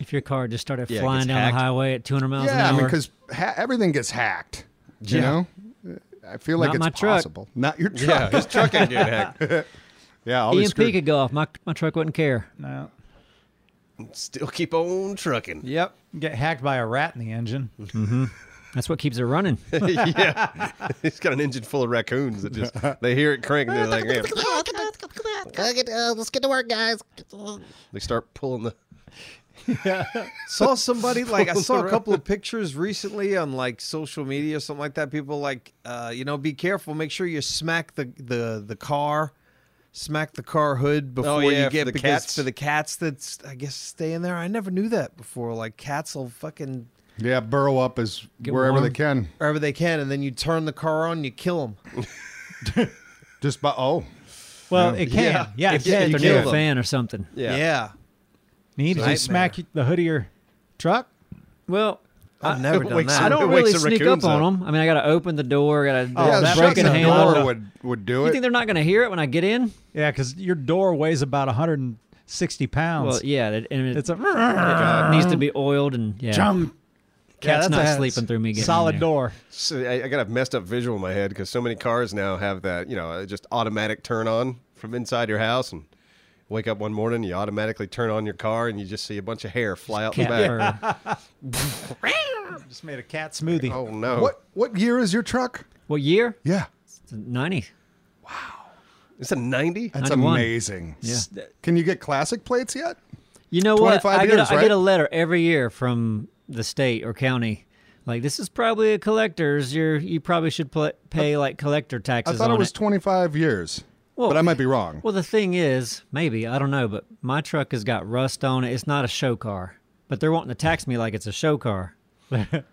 If your car just started
Yeah, it
flying
gets
down
hacked.
the highway at 200 miles
yeah, I
an hour,
mean, because ha- everything gets hacked. You
Yeah.
know, I feel like
Not
it's
my truck.
possible. Not your
*laughs*
truck.
Yeah, his truck ain't getting hacked.
Yeah, I'll be
EMP
screwed.
E could go off. My my truck wouldn't care.
*laughs* No.
Still keep on trucking.
Yep. Get hacked by a rat in the engine.
That's what keeps it running.
*laughs* yeah, *laughs* he's got an engine full of raccoons that just they hear it crank and they're like, "Man."
Get, uh, let's get to work, guys.
they start pulling the.
saw somebody like I
Pulling
saw
the
a couple of pictures recently on like social media or something like that. People like, uh, you know, be careful. Make sure you smack the the the car, smack the car hood before
Oh, yeah,
you
for
get
the
because
cats.
for the cats that's I guess stay in there. I never knew that before. Like cats will fucking
Yeah, burrow up is
Get
wherever they
warm.
can.
wherever they can, and then you turn the car on, you kill them.
Just by oh,
*laughs* Well, it can.
Yeah.
Yeah,
Yeah,
it can.
you
They're
You
can.
near
kill
a
them.
fan or something.
Yeah.
Need to
Nightmare.
smack the hood of your truck.
Well,
*laughs*
I've never
it
done
wakes
that.
I
It
don't
wakes
really
the
sneak up
raccoons
on
up.
them. I mean, I got to open the door. Got to
Oh,
yeah,
that
shutting
break
breaking
a
the
handle.
door would would do
You
it.
think they're not going to hear it when I get in?
Yeah, because your door weighs about 160 pounds.
Well, yeah. that- And it, *laughs*
it's a
it needs to be oiled and yeah.
jump.
Cat's not sleeping through me getting in
solid
there.
door.
So I, I got a messed up visual in my head because so many cars now have that, you know, uh, just automatic turn on from inside your house and wake up one morning, you automatically turn on your car and you just see a bunch of hair fly out the
Cat
back.
*laughs*
purr.
Just made a cat smoothie.
Oh no!
What what year is your truck?
What year?
Yeah,
It's 90.
It's a ninety.
that's
91.
amazing.
Yeah.
S- Can you get classic plates yet?
You know what?
25
I, get
years,
a, I
right?
get a letter every year from the state or county. Like this is probably a collector's. You're you probably should pl- pay like collector
I
taxes.
thought it
on
was 25 years,
Well,
but I might be wrong.
Well, the thing is, maybe I don't know, but my truck has got rust on it. It's not a show car, but they're wanting to tax me like it's a show car. And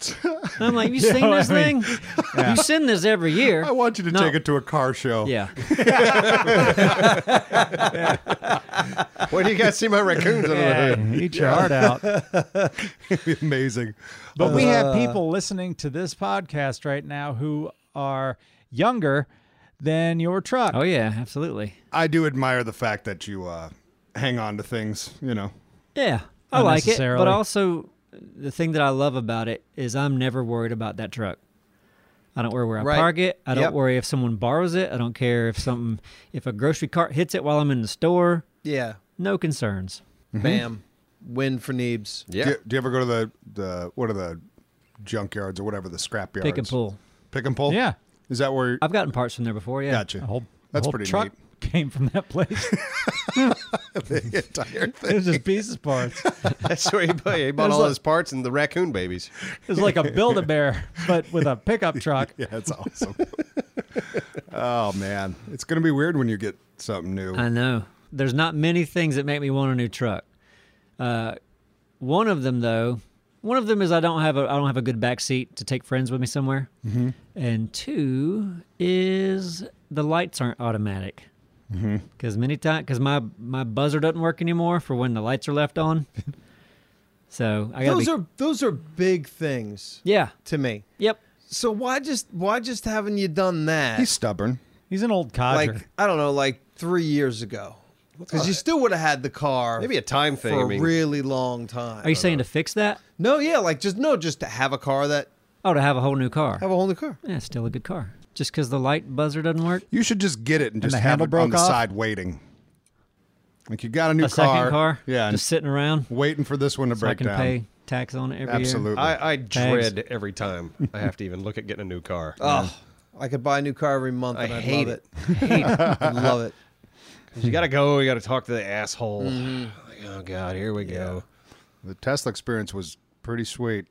I'm like, you seen
what
this
I mean?
thing? You send this every year.
I want you to
No.
take it to a car show.
Yeah,
Where do you guys see my raccoons under the hood?
Yeah, Uh. eat your heart out.
*laughs*
*laughs*
It'd be amazing. Uh,
But we have people listening to this podcast right now who are younger than your truck.
oh yeah, absolutely.
I do admire the fact that you uh, hang on to things. You know,
Yeah, I like it.
Unnecessarily.
But also, the thing that I love about it is I'm never worried about that truck. I don't worry where I
Right.
park it. I don't
Yep.
worry if someone borrows it. I don't care if something, if a grocery cart hits it while I'm in the store.
Yeah,
No concerns.
bam, win for Neebs.
Hmm. Yeah.
do, you, do you ever go to the the what are the junkyards or whatever the scrap yards?
Pick and pull.
Pick and pull.
Yeah.
Is that where?
I've gotten parts from there before. Yeah.
gotcha.
The whole, the
That's
whole
pretty
truck came from that
*laughs*
place.
neat. the
*laughs*
entire
it
thing.
was just pieces parts.
That's where he bought, he bought
It's
all
like-
his parts and the raccoon babies.
It was like a Build-A-Bear, but with a pickup
*laughs*
truck.
*laughs* Yeah, it's awesome. oh man, it's gonna be weird when you get something new.
I know. There's not many things that make me want a new truck. Uh, one of them, though, one of them is I don't have a I don't have a good back seat to take friends with me somewhere, mm-hmm. and two is the lights aren't automatic.
Mm-hmm.
Because many times, because my my buzzer doesn't work anymore for when the lights are
*laughs*
left on. so I gotta
Those
be
are those are big things
yeah
to me.
yep.
So why just why just haven't you done that?
He's stubborn.
He's an old codger.
like I don't know, like three years ago, because you still would have had the car
Maybe a time thing.
for
I mean,
a really long time.
Are you saying to fix that?
no, yeah, like just no, just to have a car that
Oh, to have a whole new car.
have a whole new car.
Yeah, it's still a good car. Just because the light buzzer doesn't work.
You should just get it and, just
the
have
handle
it on
broke
the
off?
side waiting. Like you got a new
a
car.
second car.
Yeah, and
just sitting around.
waiting for this one to
so I
break
can
down.
pay tax on it every year.
Absolutely.
I, I dread every time I have to even look at getting a new car.
Oh, I could buy a new car every month.
I
and I'd
hate
love it. I
*laughs*
love it.
You gotta go. You gotta talk to the asshole. Like, oh God, here we go.
The Tesla experience was Pretty sweet.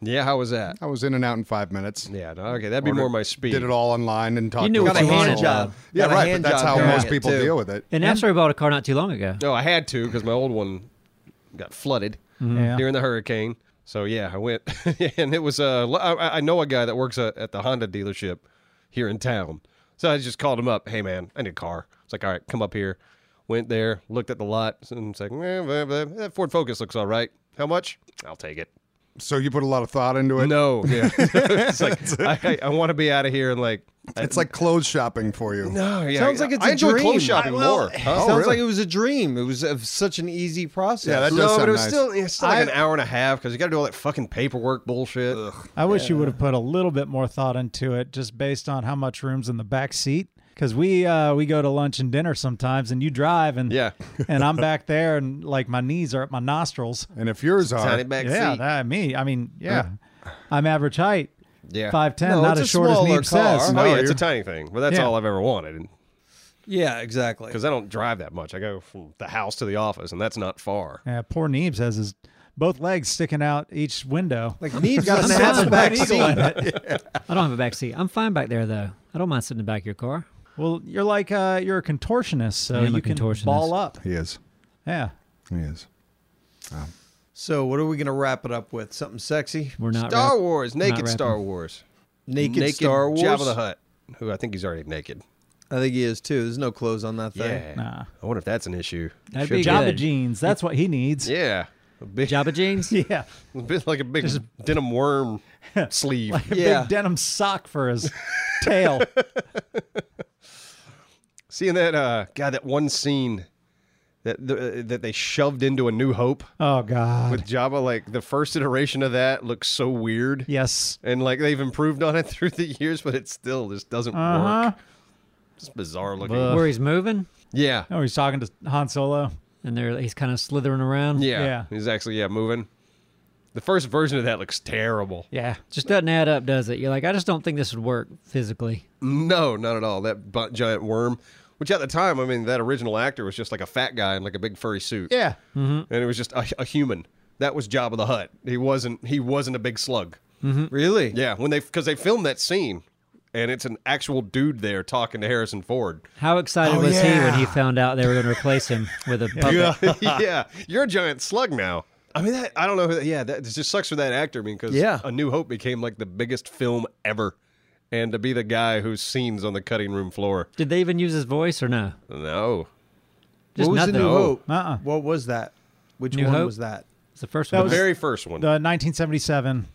Yeah, how was that?
I was in and out in five minutes.
Yeah, no, okay, that'd be more my speed.
Did it all online and talked
You knew
to
what
a
Got a
you
bunch of
wanted.
hand
people.
job.
Yeah,
Got a
right.
hand
But that's
job
how
doing
most
it,
people
too.
deal with it.
And after I bought a car not too long ago.
No, I had to because my old one got flooded
Mm-hmm.
Yeah.
during the hurricane. So yeah, I went, *laughs* and it was uh, l- I, I know a guy that works uh, at the Honda dealership here in town. So I just called him up. Hey man, I need a car. It's like all right, come up here. Went there, looked at the lot, and it's like "Eh, blah, blah, that Ford Focus looks all right. How much? I'll take it.
So you put a lot of thought into it.
No, yeah, *laughs* it's
*laughs*
like I, I want to be out of here and like
It's like clothes shopping for you.
no, yeah,
*laughs* Sounds like it's
I
a
enjoy
dream. Oh,
clothes shopping
I- well,
more. Oh, huh?
sounds like it was a dream. It was of such an easy process.
Yeah, that does
no,
sound
but it was
nice.
still it's still like an hour and a half because you got to do all that fucking paperwork bullshit.
I wish you would have put a little bit more thought into it, just based on how much room's in the back seat. Because we uh, we go to lunch and dinner sometimes, and you drive, and
Yeah.
*laughs* and
*laughs*
I'm back there, and like my knees are at my nostrils.
And if yours are,
Tiny back
yeah,
seat. Uh.
that me. I mean, yeah, I'm average height,
yeah,
five ten,
No,
not
it's
as
a
short as
smaller
Neeb
car.
says.
oh yeah,
No,
it's a
you're-
tiny thing, but that's
Yeah.
all I've ever wanted
Yeah, exactly.
because I don't drive that much. I go from the house to the office, and that's not far.
Yeah, Uh, poor Neebs has his both legs sticking out each window.
Like Neve's
Got *laughs*
got
a
an ass
sun
back
eagle
seat.
I don't have a back seat. I'm fine back there though. I don't mind sitting in the back of your car.
*laughs* Well, you're like uh, you're a contortionist, so
I am a
you can
contortionist.
ball up.
he is.
Yeah,
He is.
So, what are we gonna wrap it up with? Something sexy?
We're not
Star
wrap-
Wars,
not
naked Star
rapping.
Wars,
Naked, Star Wars.
Jabba the Hutt, who I think he's already naked.
I think he is too. There's no clothes on that thing.
Yeah,
Nah.
I wonder if that's an issue.
That'd
Should
be
Jabba
good.
jeans. That's what he needs.
Yeah, a big,
Jabba jeans.
*laughs* Yeah.
*laughs* a bit like a big denim
*laughs*
worm sleeve.
Yeah.
big denim sock for his tail.
Seeing that, uh, God, that one scene that the, that they shoved into A New Hope.
Oh God.
with Java, like the first iteration of that looks so weird.
yes.
And like they've improved on it *laughs* through the years, but it still just doesn't
Uh-huh.
work. It's bizarre looking.
Where he's moving
Yeah.
Oh, he's talking to Han Solo.
and there he's kind of slithering around.
yeah.
Yeah.
He's actually, yeah, moving. The first version of that looks terrible.
Yeah.
Just doesn't add up, does it? You're like, I just don't think this would work physically.
No, not at all. That bu- giant worm, which at the time, I mean, that original actor was just like a fat guy in like a big furry suit.
Yeah. Mm-hmm.
And it was just a, a human. That was Jabba the Hutt. He wasn't. He wasn't a big slug.
Really?
Yeah, when they because they filmed that scene, and it's an actual dude there talking to Harrison Ford.
How excited was he when he found out they were going to replace him with a puppet?
*laughs* yeah, you're a giant slug now. I mean, that, I don't know. Who, yeah, that it just sucks for that actor. I mean, because
Yeah.
A New Hope became like the biggest film ever, and to be the guy whose scenes on the cutting room floor.
Did they even use his voice or no?
No,
Just
what was
nothing.
the New Hope?
Uh-uh.
What was that? Which
New
one
Hope?
was that?
It's the first
That
one.
the
was-
very first one.
The 1977.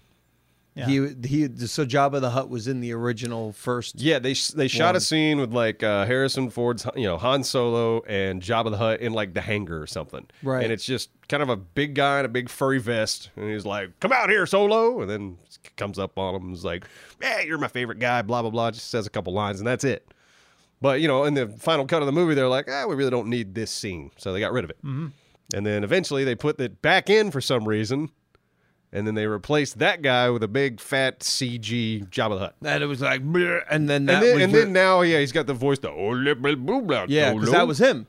Yeah.
He he. So Jabba the Hutt was in the original first.
yeah, they sh- they shot
One.
a scene with like uh, Harrison Ford's, you know, Han Solo and Jabba the Hutt in like the hangar or something.
Right.
And it's just kind of a big guy in a big furry vest, and he's like, "Come out here, Solo," and then comes up on him and is like, "Yeah, you're my favorite guy." Blah blah blah. Just says a couple lines, and that's it. But you know, in the final cut of the movie, they're like, "Ah, we really don't need this scene," so they got rid of it. Mm-hmm. And then eventually, they put it back in for some reason. And then they replaced that guy with a big fat CG Jabba the Hutt.
And it was like, "Bleh," and then that
And then,
was
and
where-
then now, yeah, he's got the voice. The oh, li- blah, blah, blah,
yeah,
blah,
because
blah."
that was him.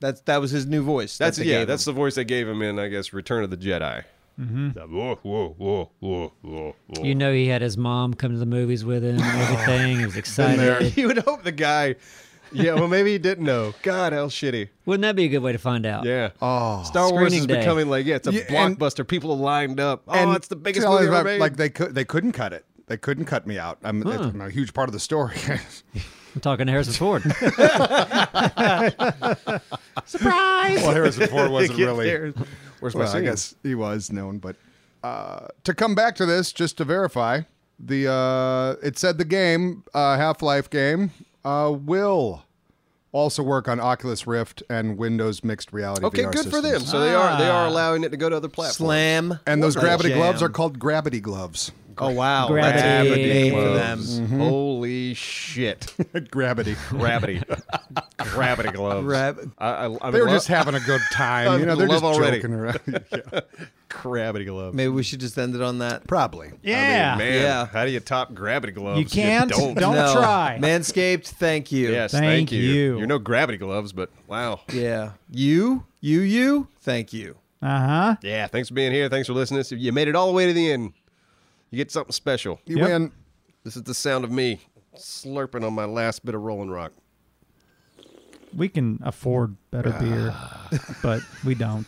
That's that was his new voice. that
that's
they
yeah,
gave
that's
him.
the voice they gave him in, I guess, Return of the Jedi. Mm-hmm. whoa, whoa, whoa, whoa, whoa, whoa.
You know, he had his mom come to the movies with him and everything. He was excited.
*laughs* you would hope the guy. Yeah, well, maybe he didn't know. God, how shitty.
Wouldn't that be a good way to find out?
Yeah.
Oh.
Star Wars
Screening
is
day.
becoming like yeah, it's a
Yeah, and-
blockbuster. People are lined up. Oh, it's the biggest
tell
movie
us
ever
about-
made.
Like they could, they couldn't cut it. They couldn't cut me out. I'm, I'm a huge part of the story.
I'm talking to Harrison Ford.
*laughs*
*laughs*
well, Harrison *laughs* Ford wasn't
Get
really.
there. Where's my
Well, I
scene?
guess he was known, but uh, to come back to this, just to verify, the uh, it said the game uh, Half Life game uh, will also work on Oculus Rift and Windows mixed reality.
Okay,
VR
good for them.
systems.
So they are they are allowing it to go to other platforms.
Ah. slam.
And those
What a
gravity
jam.
gloves are called gravity gloves.
Oh wow,
Gravity.
that's a good name for them. Mm-hmm.
Gloves. Holy shit.
*laughs*
gravity. *laughs*
Gravity. Gravity gloves.
Grab-
I, I, I
They were
lo-
just having a good
*laughs*
time. You know, they're
Love
just
already.
joking around. *laughs* Yeah,
gravity gloves.
Maybe we should just end it on that.
probably.
Yeah.
Man,
Yeah.
how do you top gravity gloves?
You can't.
don't.
Don't
No.
try.
Manscaped. Thank you.
Yes,
Thank
you.
you.
You're no gravity gloves, but wow.
Yeah. You. You. You. Thank you.
Uh huh.
Yeah, thanks for being here. Thanks for listening. If you made it all the way to the end, you get something special.
You
Yep.
win.
This is the sound of me slurping on my last bit of Rolling Rock.
We can afford better beer, but we don't.